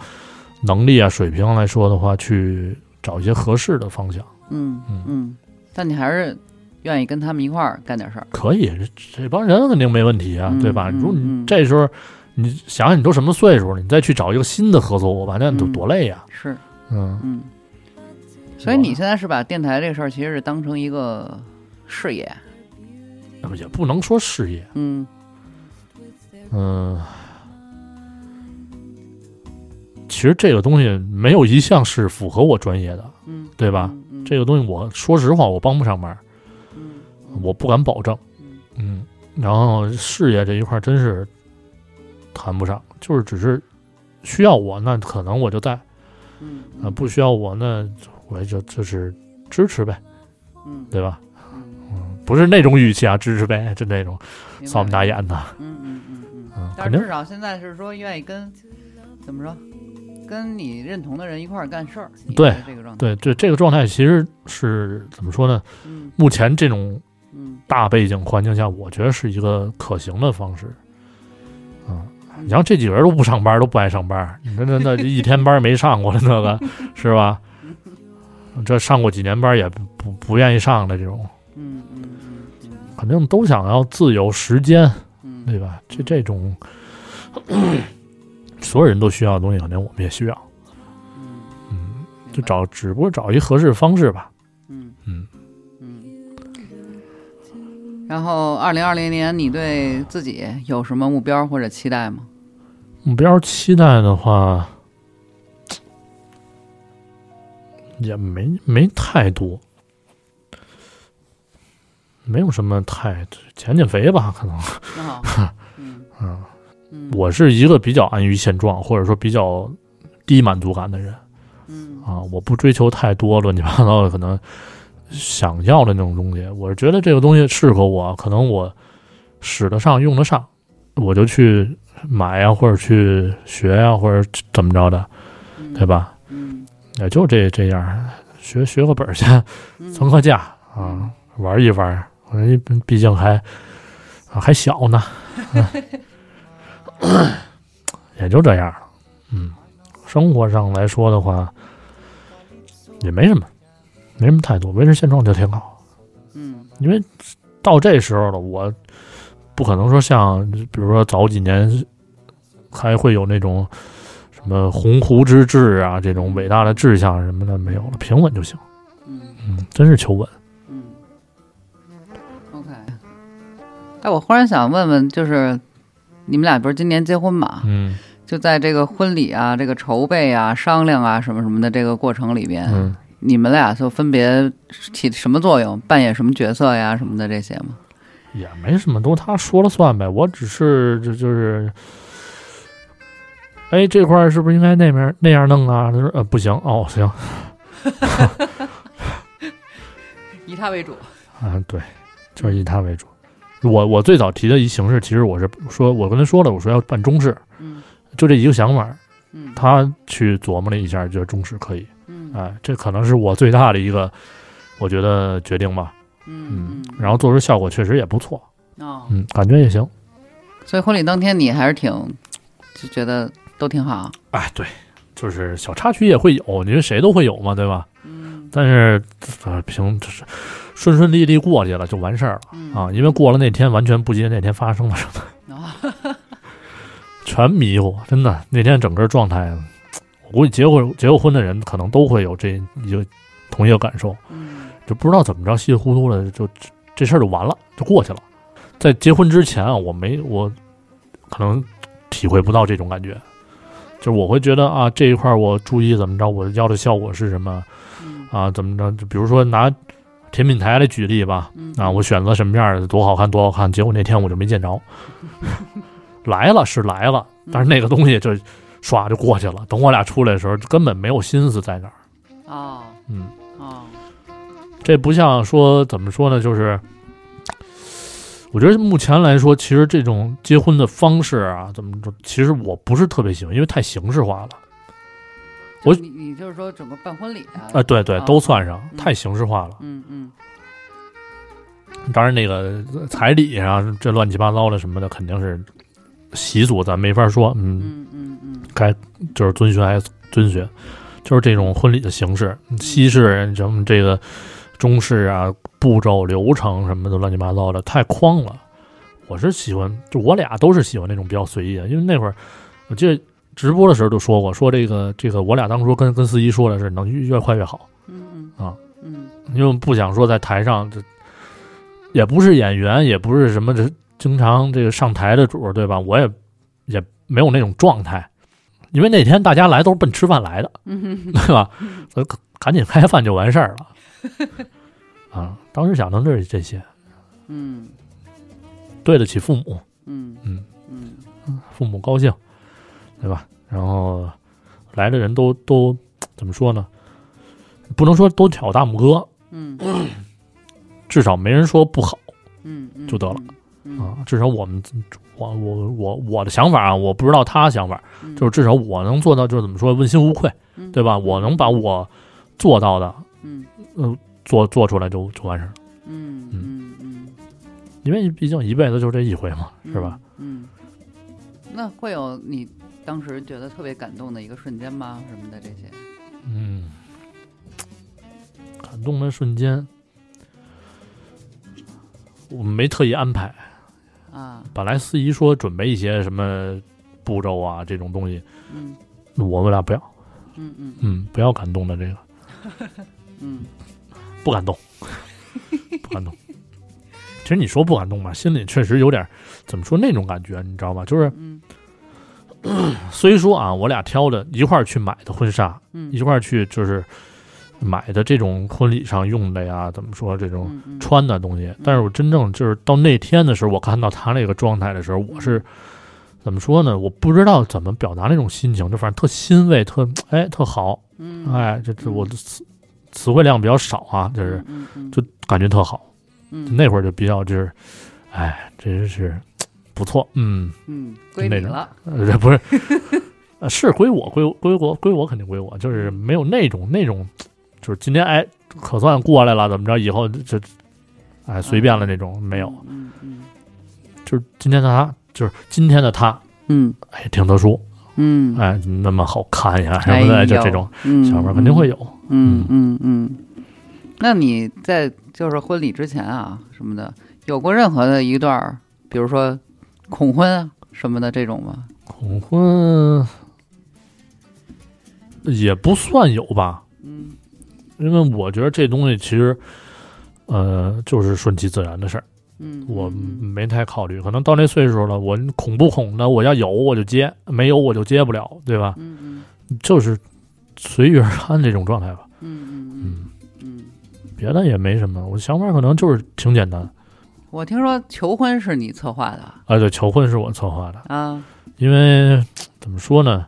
S2: 能力啊、水平来说的话，去找一些合适的方向。
S1: 嗯
S2: 嗯
S1: 嗯，但你还是愿意跟他们一块儿干点事儿。
S2: 可以，这这帮人肯定没问题啊，
S1: 嗯
S2: 对吧？
S1: 嗯
S2: 如果
S1: 嗯
S2: 你这时候，你想想你都什么岁数了，你再去找一个新的合作伙伴，那多
S1: 嗯
S2: 多累呀、
S1: 是，
S2: 嗯，
S1: 嗯。所以你
S2: 我
S1: 现在是把电台这事儿其实是当成一个事业，
S2: 也不能说事业，
S1: 嗯
S2: 嗯。其实这个东西没有一项是符合我专业的，
S1: 嗯，
S2: 对吧？
S1: 嗯？嗯
S2: 这个东西我说实话，我帮不上忙，
S1: 嗯
S2: 我不敢保证。
S1: 嗯
S2: 嗯，然后事业这一块儿真是谈不上，就是只是需要我，那可能我就带。
S1: 嗯
S2: 啊，不需要我那我就就是支持呗，
S1: 嗯
S2: 对吧？
S1: 嗯，
S2: 嗯，不是那种语气啊，支持呗，就那种
S1: 明白
S2: 扫我们大，眼的，
S1: 嗯嗯嗯嗯。
S2: 嗯，
S1: 但
S2: 肯
S1: 是
S2: 定
S1: 至少现在是说愿意跟怎么说，跟你认同的人一块儿干事儿，你
S2: 对
S1: 是这个状态，
S2: 对对，这个状态其实是怎么说呢？
S1: 嗯
S2: 目前这种
S1: 嗯
S2: 大背景环境下，我觉得是一个可行的方式，嗯，你像这几个人都不上班，都不爱上班，那那那一天班没上过的那个 <laughs> 是吧？这上过几年班也不不不愿意上的这种，
S1: 嗯嗯嗯嗯
S2: 肯定都想要自由时间，
S1: 嗯，
S2: 对吧？这这种所有人都需要的东西，肯定我们也需要。
S1: 嗯，
S2: 嗯，
S1: 明白
S2: 就找，只不过找一合适的方式吧。
S1: 嗯
S2: 嗯，
S1: 嗯。然后，二零二零年你对自己有什么目标或者期待吗？
S2: 目标期待的话，也没没太多，没有什么太减减肥吧，可能。
S1: 那好，嗯
S2: <laughs> 嗯，
S1: 嗯，
S2: 我是一个比较安于现状，或者说比较低满足感的人
S1: 嗯
S2: 啊，我不追求太多乱七八糟的，可能想要的那种东西，我是觉得这个东西适合我，可能我使得上、用得上，我就去买呀，或者去学呀，或者怎么着的，
S1: 嗯
S2: 对吧？
S1: 嗯
S2: 也就这这样，学学个本儿去，
S1: 嗯
S2: 存个假啊，玩一玩。我这毕竟还、啊还小呢， <coughs> 嗯也就这样了。嗯，生活上来说的话，也没什么，没什么太多，维持现状就挺好。
S1: 嗯
S2: 因为到这时候了，我不可能说像比如说早几年还会有那种什么鸿鹄之志啊这种伟大的志向什么的没有了，平稳就行。
S1: 嗯
S2: 嗯，真是求稳。
S1: 嗯，OK。哎，我忽然想问问，就是你们俩不是今年结婚嘛？
S2: 嗯
S1: 就在这个婚礼啊、这个筹备啊、商量啊什么什么的这个过程里边，
S2: 嗯。
S1: 你们俩就分别起什么作用，扮演什么角色呀什么的这些吗？
S2: 也没什么，都他说了算呗。我只是就就是，哎，这块儿是不是应该那边那样弄啊？他说呃不行哦行啊、
S1: 以他为主。
S2: 啊对，就是以他为主。我我最早提的一形式，其实我是说我跟他说了，我说要办中式，
S1: 嗯
S2: 就这一个想法。
S1: 嗯
S2: 他去琢磨了一下，觉得中式可以。
S1: 嗯
S2: 哎，这可能是我最大的一个我觉得决定吧。
S1: 嗯嗯，
S2: 然后做出效果确实也不错，
S1: 哦，
S2: 嗯，感觉也行。
S1: 所以婚礼当天你还是挺就觉得都挺好。
S2: 哎，对，哎就是小插曲也会有，你说谁都会有嘛，对吧？
S1: 嗯
S2: 但是呃，平就是顺顺利利过去了就完事儿
S1: 嗯
S2: 了啊，因为过了那天，完全不记得那天发生了什么，
S1: 啊
S2: 全迷糊，真的那天整个状态，我估计结过结过婚的人可能都会有这一个同一个感受，
S1: 嗯
S2: 就不知道怎么着稀里糊涂的就这这事儿就完了，就过去了。在结婚之前啊，我没我可能体会不到这种感觉，就是我会觉得啊这一块儿我注意怎么着，我要的效果是什么。
S1: 嗯
S2: 啊，怎么着？就比如说拿甜品台来举例吧，
S1: 嗯
S2: 啊，我选择什么样的多好看多好看，结果那天我就没
S1: <laughs>
S2: 见着，来了是来了，
S1: 嗯
S2: 但是那个东西就唰就过去了。等我俩出来的时候，根本没有心思在那儿。
S1: 哦
S2: 嗯，
S1: 哦
S2: 这不像说怎么说呢，就是我觉得目前来说，其实这种结婚的方式啊，怎么说？其实我不是特别喜欢，因为太形式化了。
S1: 就
S2: 我
S1: 你你就是说整个办婚礼啊
S2: 啊，对对，
S1: 啊
S2: 都算上，
S1: 嗯
S2: 太形式化了。
S1: 嗯嗯
S2: 当然，那个呃彩礼啊，这乱七八糟的什么的，肯定是习俗，咱没法说。嗯，
S1: 嗯嗯嗯
S2: 就是遵循还是遵循，就是这种婚礼的形式，西式什么这个中式啊，步骤流程什么的乱七八糟的，太框了。我是喜欢，就我俩都是喜欢那种比较随意的，因为那会儿我记得直播的时候就说过，说这个这个我俩当初跟跟司仪说的是能越越快越好。
S1: 嗯嗯
S2: 啊
S1: 嗯
S2: 因为不想说在台上这，也不是演员，也不是什么这经常这个上台的主儿，对吧？我也也没有那种状态，因为那天大家来都是奔吃饭来的，
S1: 嗯
S2: 对吧？所以赶紧开饭就完事儿了。啊，当时想的就是这些，
S1: 嗯
S2: 对得起父母，
S1: 嗯
S2: 嗯
S1: 嗯
S2: 父母高兴，对吧？然后来的人都都怎么说呢？不能说都挑大拇哥，
S1: 嗯
S2: 至少没人说不好。
S1: 嗯嗯
S2: 就得了
S1: 嗯
S2: 啊，至少我们我我我我的想法啊，我不知道他的想法，
S1: 嗯
S2: 就是至少我能做到，就是怎么说问心无愧，
S1: 嗯
S2: 对吧？我能把我做到的
S1: 嗯
S2: 做做出来就就完事儿了，
S1: 嗯嗯嗯
S2: 因为毕竟一辈子就这一回嘛，
S1: 嗯
S2: 是吧？
S1: 嗯那会有你当时觉得特别感动的一个瞬间吗？什么的这些？
S2: 嗯，感动的瞬间，我没特意安排。
S1: 啊，
S2: 本来司仪说准备一些什么步骤啊这种东西，
S1: 嗯
S2: 我们俩不要，
S1: 嗯嗯
S2: 嗯，不要感动的这个，
S1: 嗯，
S2: 不感动， <laughs> 不感动。其实你说不感动吧，心里确实有点儿怎么说那种感觉，你知道吗？就是
S1: 嗯
S2: 虽说啊，我俩挑的一块儿去买的婚纱，
S1: 嗯，
S2: 一块儿去就是买的这种婚礼上用的呀，怎么说这种
S1: 嗯嗯
S2: 穿的东西。但是我真正就是到那天的时候，我看到他那个状态的时候，我是怎么说呢？我不知道怎么表达那种心情，就反正特欣慰，特哎特好，
S1: 嗯
S2: 哎，这这我的词词汇量比较少啊，就是
S1: 嗯嗯嗯
S2: 就感觉特好。
S1: 嗯
S2: 那会儿就比较就是，哎，真是不错，嗯，
S1: 嗯归
S2: 那
S1: 你
S2: 种
S1: 了，
S2: 呃，这
S1: <laughs>
S2: 不是，呃，是归我，归我归我，归我肯定归我，就是没有那种那种，就是今天哎，可算过来了，怎么着，以后这，哎，随便了那种，没有，
S1: 嗯嗯
S2: 就是今天的他，就是今天的他，
S1: 嗯
S2: 哎，挺特殊，
S1: 嗯，
S2: 哎，那么好看呀什么的，
S1: 哎
S2: 就
S1: 呦
S2: 这种
S1: 嗯
S2: 想法肯定会。有。
S1: 嗯嗯嗯，那你在就是婚礼之前啊什么的，有过任何的一段儿，比如说恐婚啊什么的这种吗？
S2: 恐婚也不算有吧，
S1: 嗯
S2: 因为我觉得这东西其实，呃，就是顺其自然的事儿。
S1: 嗯，
S2: 我
S1: 嗯
S2: 没太考虑，可能到那岁数了，我恐不恐呢？我要有我就接，没有我就接不了，对吧？
S1: 嗯
S2: 就是随遇而安这种状态吧。
S1: 嗯嗯
S2: 嗯，
S1: 嗯嗯，
S2: 别的也没什么，我想法可能就是挺简单。
S1: 我听说求婚是你策划的
S2: 啊，对，求婚是我策划的，
S1: 啊，
S2: 因为怎么说呢，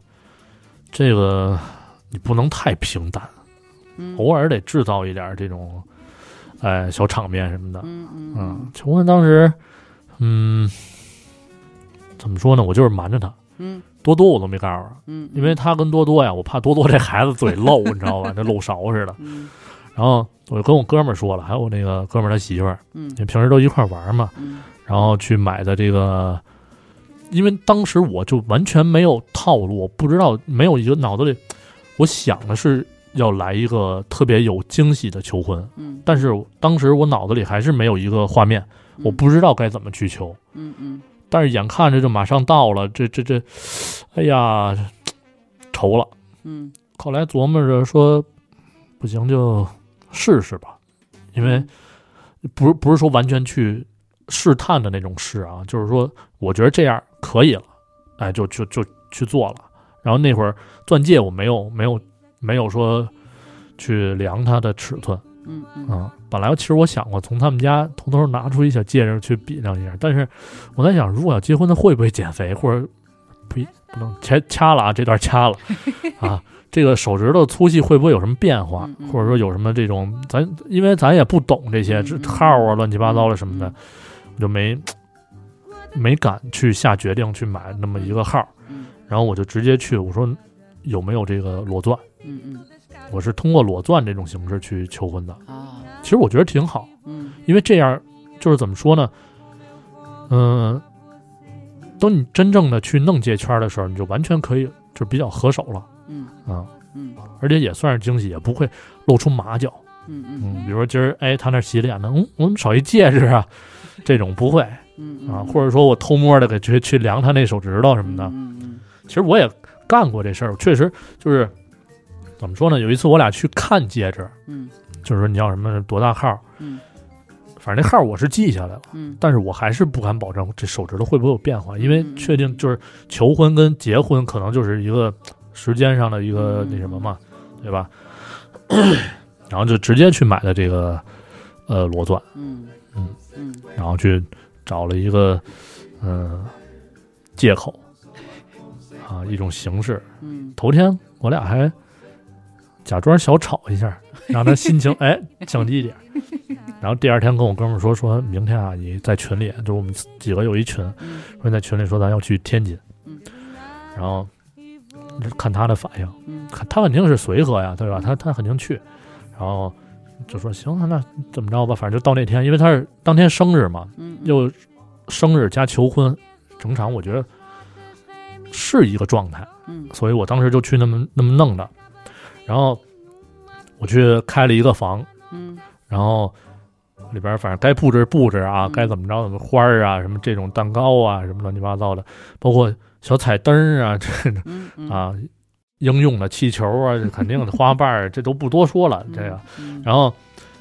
S2: 这个你不能太平淡，
S1: 嗯
S2: 偶尔得制造一点这种，哎，小场面什么的。
S1: 嗯嗯
S2: 嗯，求婚当时，嗯，怎么说呢？我就是瞒着他，
S1: 嗯
S2: 多多我都没告诉他。
S1: 嗯，
S2: 因为他跟多多呀，我怕多多这孩子嘴漏， <laughs> 你知道吧，那漏勺似的。
S1: 嗯
S2: 然后我就跟我哥们儿说了，还有我那个哥们儿他媳妇儿，
S1: 嗯
S2: 因为平时都一块儿玩嘛，
S1: 嗯
S2: 然后去买的这个，因为当时我就完全没有套路，我不知道没有一个脑子里，我想的是要来一个特别有惊喜的求婚，
S1: 嗯，
S2: 但是当时我脑子里还是没有一个画面，我不知道该怎么去求。
S1: 嗯嗯
S2: 但是眼看着就马上到了，这这这，哎呀，愁了。
S1: 嗯，
S2: 后来琢磨着说，不行就试试吧，因为不是不是说完全去试探的那种试啊，就是说我觉得这样可以了，哎，就就就去做了。然后那会儿钻戒我没有没有没有说去量它的尺寸
S1: 嗯嗯
S2: 啊、本来其实我想过从他们家偷偷拿出一小戒指去比量一下，但是我在想，如果要结婚，他会不会减肥或者不不能掐掐了啊？这段
S1: <laughs>
S2: 掐了啊，这个手指头粗细会不会有什么变化
S1: 嗯，嗯
S2: 或者说有什么这种咱因为咱也不懂这些这
S1: 嗯嗯
S2: 号啊乱七八糟的什么的
S1: 嗯，
S2: 我就没没敢去下决定去买那么一个号，
S1: 嗯
S2: 然后我就直接去我说有没有这个裸钻，
S1: 嗯嗯
S2: 我是通过裸钻这种形式去求婚的，
S1: 啊
S2: 其实我觉得挺好。
S1: 嗯
S2: 因为这样就是怎么说呢？嗯、等你真正的去弄戒圈的时候，你就完全可以就比较合手了
S1: 嗯
S2: 啊、
S1: 嗯
S2: 而且也算是惊喜，也不会露出马脚。
S1: 嗯
S2: 嗯，比
S1: 嗯
S2: 如说今儿哎，他那洗脸呢，嗯，我们少一戒指啊，这种不会
S1: 嗯
S2: 啊，或者说我偷摸的给去去量他那手指头什么的。
S1: 嗯嗯
S2: 其实我也干过这事儿，确实就是怎么说呢？有一次我俩去看戒指，
S1: 嗯
S2: 就是说你要什么多大号，
S1: 嗯，
S2: 反正那号我是记下来了。
S1: 嗯
S2: 但是我还是不敢保证这手指头会不会有变化，因为
S1: 嗯嗯
S2: 确定就是求婚跟结婚可能就是一个时间上的一个
S1: 嗯
S2: 那什么嘛，对吧？ <clears throat> 然后就直接去买的这个呃裸钻，
S1: 嗯嗯
S2: 然后去找了一个嗯、呃借口啊一种形式。
S1: 嗯
S2: 头天我俩还假装小吵一下，让他心情哎降低一点。然后第二天跟我哥们儿说，说明天啊，你在群里，就是我们几个有一群，
S1: 嗯
S2: 说在群里说咱要去天津
S1: 嗯，
S2: 然后看他的反应，
S1: 嗯
S2: 看他肯定是随和呀，对吧？他他肯定去，然后就说行，那怎么着吧，反正就到那天，因为他是当天生日嘛，
S1: 嗯
S2: 又生日加求婚，整场我觉得是一个状态，
S1: 嗯
S2: 所以我当时就去那么那么弄的，然后我去开了一个房，
S1: 嗯
S2: 然后里边反正该布置布置啊
S1: 嗯，
S2: 该怎么着怎么花儿啊，什么这种蛋糕啊，什么乱七八糟的，包括小彩灯儿啊，这
S1: 嗯嗯
S2: 啊应用的气球啊，这肯定
S1: <laughs>
S2: 的花瓣儿这都不多说了，这个，
S1: 嗯，
S2: 然后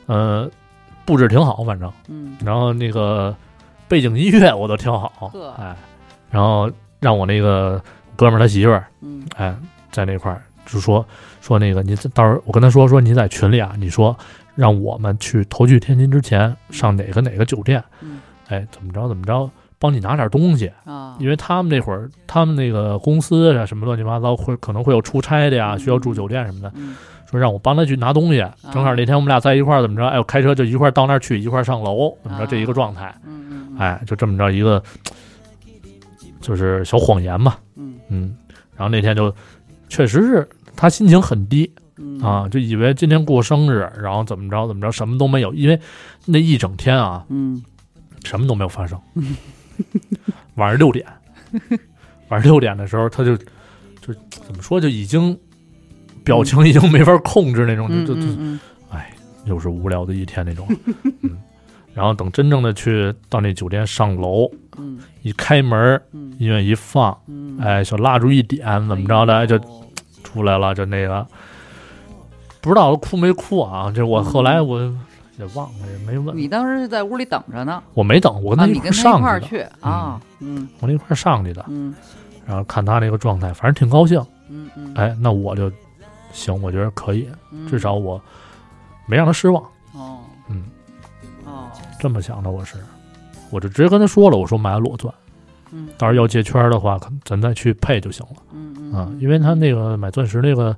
S2: 呃布置挺好，反正
S1: 嗯
S2: 然后那个背景音乐我都挺好
S1: 呵，
S2: 哎，然后让我那个哥们儿他媳妇儿
S1: 嗯
S2: 哎在那块儿就说说那个你到时候我跟他说说你在群里啊，你说让我们去投去天津之前上哪个哪个酒店
S1: 嗯，
S2: 哎怎么着怎么着。帮你拿点东西，
S1: 啊，
S2: 因为他们那会儿，他们那个公司啊，什么乱七八糟，会可能会有出差的呀，需要住酒店什么的，
S1: 嗯哦
S2: 说让我帮他去拿东西。正好那天我们俩在一块儿，怎么着？哎，我开车就一块儿到那儿去，一块儿上楼，怎么着？这一个状态。
S1: 哦嗯嗯，，
S2: 哎，就这么着一个，就是小谎言嘛，
S1: 嗯
S2: 嗯，然后那天就确实是他心情很低
S1: 嗯
S2: 啊，，就以为今天过生日，然后怎么着怎么着，什么都没有，因为那一整天啊，
S1: 嗯
S2: 什么都没
S1: <laughs>
S2: 有发生。晚上六点，晚上六点的时候，他就就怎么说，就已经表情已经没法控制那种，
S1: 嗯
S2: 就就就
S1: 嗯
S2: 又是无聊的一天
S1: <laughs>
S2: 那种，嗯，然后等真正的去到那酒店上楼，
S1: 嗯
S2: 一开门，
S1: 嗯
S2: 音乐一放，
S1: 嗯，
S2: 哎，小蜡烛一点，怎么着的，哎就出来了，就那个，不知道哭没哭啊？这我后来我也忘了，也没问，
S1: 你当时是在屋里等着呢，
S2: 我没等，我跟
S1: 啊，
S2: 他
S1: 你
S2: 一块
S1: 跟
S2: 儿
S1: 他一
S2: 上
S1: 块儿
S2: 去的，
S1: 去啊，嗯
S2: 我那一块儿上去的，
S1: 嗯
S2: 然后看他那个状态，反正挺高兴，
S1: 嗯嗯，，
S2: 哎，那我就行，我觉得可以，至少我没让他失望，
S1: 哦，
S2: 嗯，
S1: 哦，
S2: 这么想的我是，我就直接跟他说了，我说买裸钻，
S1: 嗯
S2: 到时候要戒圈的话，可咱再去配就行了。
S1: 嗯嗯
S2: 啊，因为他那个买钻石那个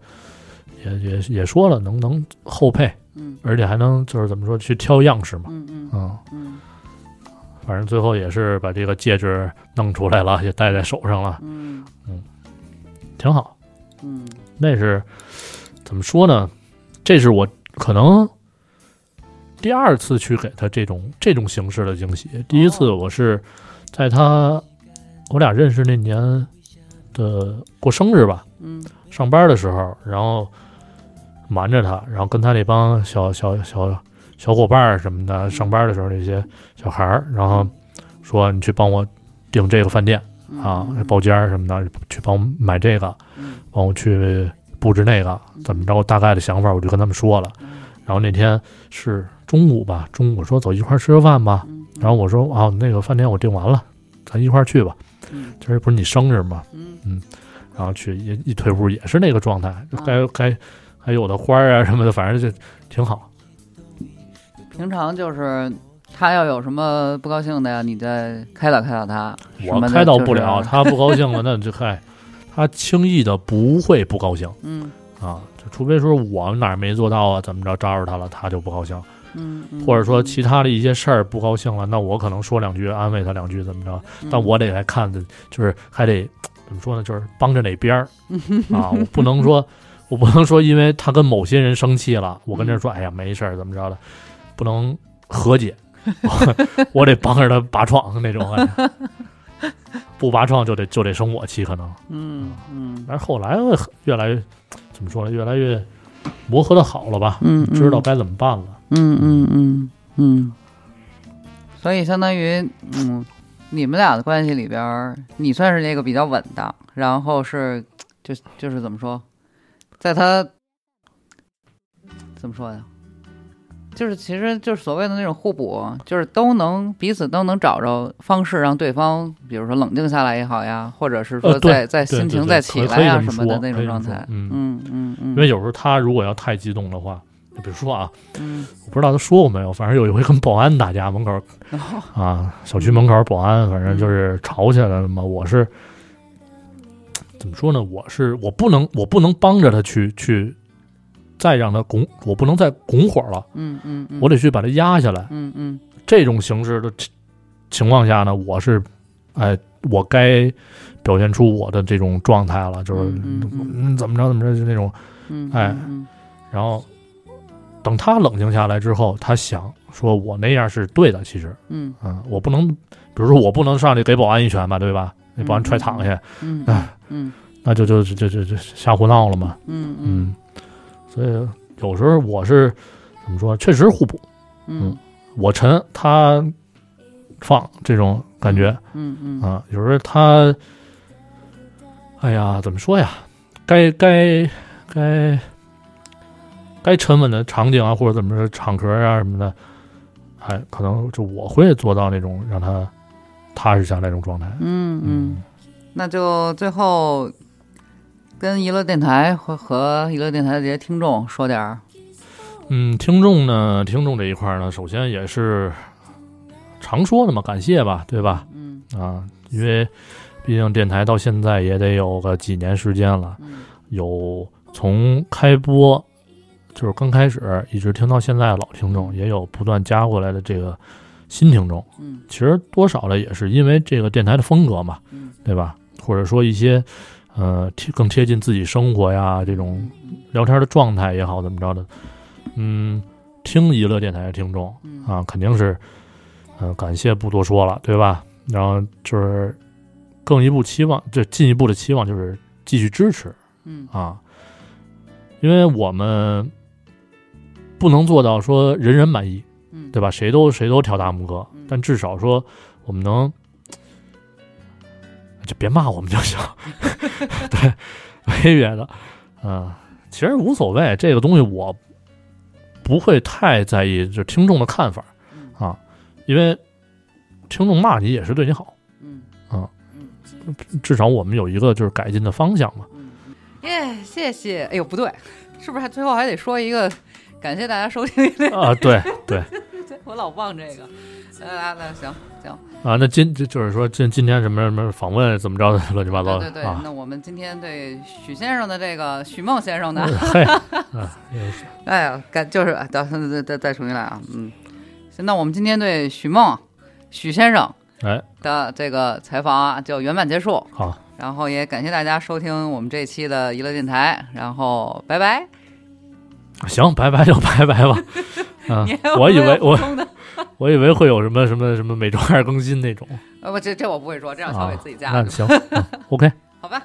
S2: 也也也说了，能能后配，
S1: 嗯
S2: 而且还能就是怎么说去挑样式嘛，
S1: 嗯嗯
S2: 嗯，
S1: 嗯
S2: 反正最后也是把这个戒指弄出来了，也戴在手上了，
S1: 嗯
S2: 挺好。
S1: 嗯
S2: 那是怎么说呢？这是我可能第二次去给他这种这种形式的惊喜。第一次我是在他我俩认识那年的过生日吧，
S1: 嗯
S2: 上班的时候，然后瞒着他，然后跟他那帮小小小小伙伴儿什么的，上班的时候那些小孩儿，然后说你去帮我订这个饭店
S1: 嗯
S2: 啊，包间儿什么的，去帮我买这个，
S1: 嗯
S2: 帮我去布置那个，怎么着？我大概的想法我就跟他们说
S1: 嗯
S2: 了。然后那天是中午吧，中午说走一块儿吃个饭吧，
S1: 嗯，
S2: 然后我说啊，那个饭店我订完了，咱一块儿去吧。
S1: 嗯
S2: 今儿不是你生日吗？
S1: 嗯
S2: 然后去一一退步也是那个状态，就
S1: 啊
S2: 该该还有的花儿啊什么的，反正就挺好。
S1: 平常就是他要有什么不高兴的呀，你再开导开导他。
S2: 我
S1: 什么的
S2: 开导不了，
S1: 就是
S2: 他不高兴了，那就嗨，他轻易的不会不高兴
S1: 嗯
S2: 啊，就除非说我哪儿没做到啊，怎么着招着他了，他就不高兴，
S1: 嗯，嗯
S2: 或者说其他的一些事儿不高兴了，那我可能说两句安慰他两句怎么着，但我得来看的，就是还得怎么说呢，就是帮着哪边儿啊，我不能说，我不能说，因为他跟某些人生气了，我跟这说，哎呀，没事儿，怎么着的，不能和解，我我得帮着他拔创那种，哎、 <laughs> 不拔创就得就得生我气，可能。
S1: 嗯嗯
S2: 但是后来会越来越怎么说呢，越来越磨合的好了吧，
S1: 嗯，
S2: 知道该怎么办了。
S1: 嗯嗯嗯嗯，所以相当于嗯，你们俩的关系里边儿，你算是那个比较稳当，然后是就就是怎么说，在他怎么说呀？就是其实就是所谓的那种互补，就是都能彼此都能找着方式让对方，比如说冷静下来也好呀，或者是说
S2: 呃对
S1: 在、在心
S2: 对对
S1: 情
S2: 对
S1: 再
S2: 可
S1: 起
S2: 以
S1: 来
S2: 可以
S1: 呀
S2: 这么
S1: 什么的
S2: 说
S1: 那种
S2: 可以这
S1: 状
S2: 么说
S1: 态。
S2: 嗯
S1: 嗯嗯嗯，
S2: 因为有时候他如果要太激动的话，就比如说啊，
S1: 嗯
S2: 我不知道他说过没有，反正有一回跟保安打架，门口
S1: 然后
S2: 啊，小区门口保安反正就是吵起来了嘛。我是怎么说呢？我是我不能我不能帮着他去去再让他拱，我不能再拱火了，
S1: 嗯嗯嗯，
S2: 我得去把他压下来。
S1: 嗯嗯
S2: 这种形式的情情况下呢，我是哎，我该表现出我的这种状态了，就是
S1: 嗯嗯嗯
S2: 嗯怎么着怎么着就那种。
S1: 嗯，
S2: 哎
S1: 嗯
S2: 然后等他冷静下来之后，他想说我那样是对的，其实。
S1: 嗯
S2: 嗯，我不能，比如说我不能上去给保安一拳吧，对吧？那保安踹躺下，
S1: 嗯，
S2: 哎，
S1: 嗯
S2: 那就就就就就瞎胡闹了嘛。
S1: 嗯嗯
S2: 嗯，所以有时候我是怎么说，确实互补，
S1: 嗯
S2: 我沉他放这种感觉
S1: 嗯嗯
S2: 啊。有时候他，哎呀，怎么说呀？该该该该沉稳的场景啊，或者怎么着场合啊什么的，哎，可能就我会做到那种让他踏实下来那种状态。
S1: 嗯嗯，那就最后跟娱乐电台和和娱乐电台的这些听众说点儿，
S2: 嗯，听众呢，听众这一块儿呢，首先也是常说的嘛，感谢吧，对吧？
S1: 嗯
S2: 啊，因为毕竟电台到现在也得有个几年时间了，
S1: 嗯
S2: 有从开播就是刚开始一直听到现在的老听众，也有不断加过来的这个新听众。
S1: 嗯
S2: 其实多少呢，也是因为这个电台的风格嘛，
S1: 嗯，
S2: 对吧？或者说一些呃贴更贴近自己生活呀这种聊天的状态也好，怎么着的，嗯，听娱乐电台的听众
S1: 嗯
S2: 啊，肯定是，呃，感谢不多说了，对吧？然后就是更一步期望，这进一步的期望就是继续支持
S1: 嗯
S2: 啊，因为我们不能做到说人人满意，
S1: 嗯
S2: 对吧？谁都谁都挑大拇哥
S1: 嗯，
S2: 但至少说我们能就别骂我们就行， <laughs> 对，没别的，嗯，其实无所谓，这个东西我不会太在意，就是听众的看法
S1: 嗯
S2: 啊，因为听众骂你也是对你好，
S1: 嗯
S2: 至少我们有一个就是改进的方向
S1: <laughs>
S2: 嘛。
S1: 耶，谢谢。哎呦，不对，是不是还最后还得说一个？感谢大家收听，
S2: 啊，对对
S1: 我老忘这个。呃，那行行，
S2: 啊，那今就就是说今今天什么什么访问怎么着的 <laughs> 乱七八糟
S1: 对
S2: 的
S1: 对对，
S2: 啊，
S1: 那我们今天对许先生的这个许梦先生的，
S2: <laughs> 嘿，啊，也是
S1: 哎呀，感就是哎等再再再重新来啊，嗯，行，那我们今天对许梦许先生
S2: 哎，
S1: 的这个采访啊，就圆满结束。
S2: 好。
S1: 然后也感谢大家收听我们这期的娱乐电台，然后拜拜。
S2: 啊行，拜拜就拜拜
S1: <laughs>
S2: 吧。啊
S1: 你还，有
S2: 我以
S1: 什
S2: 为
S1: 么要
S2: 我
S1: 补充的，
S2: 我以为会有什么什么什么每周二更新那种
S1: <laughs> 呃，不，这这我不会说，这让小
S2: 啊
S1: 伟自己，加
S2: 那
S1: 的，
S2: 行、嗯 o k
S1: 好吧？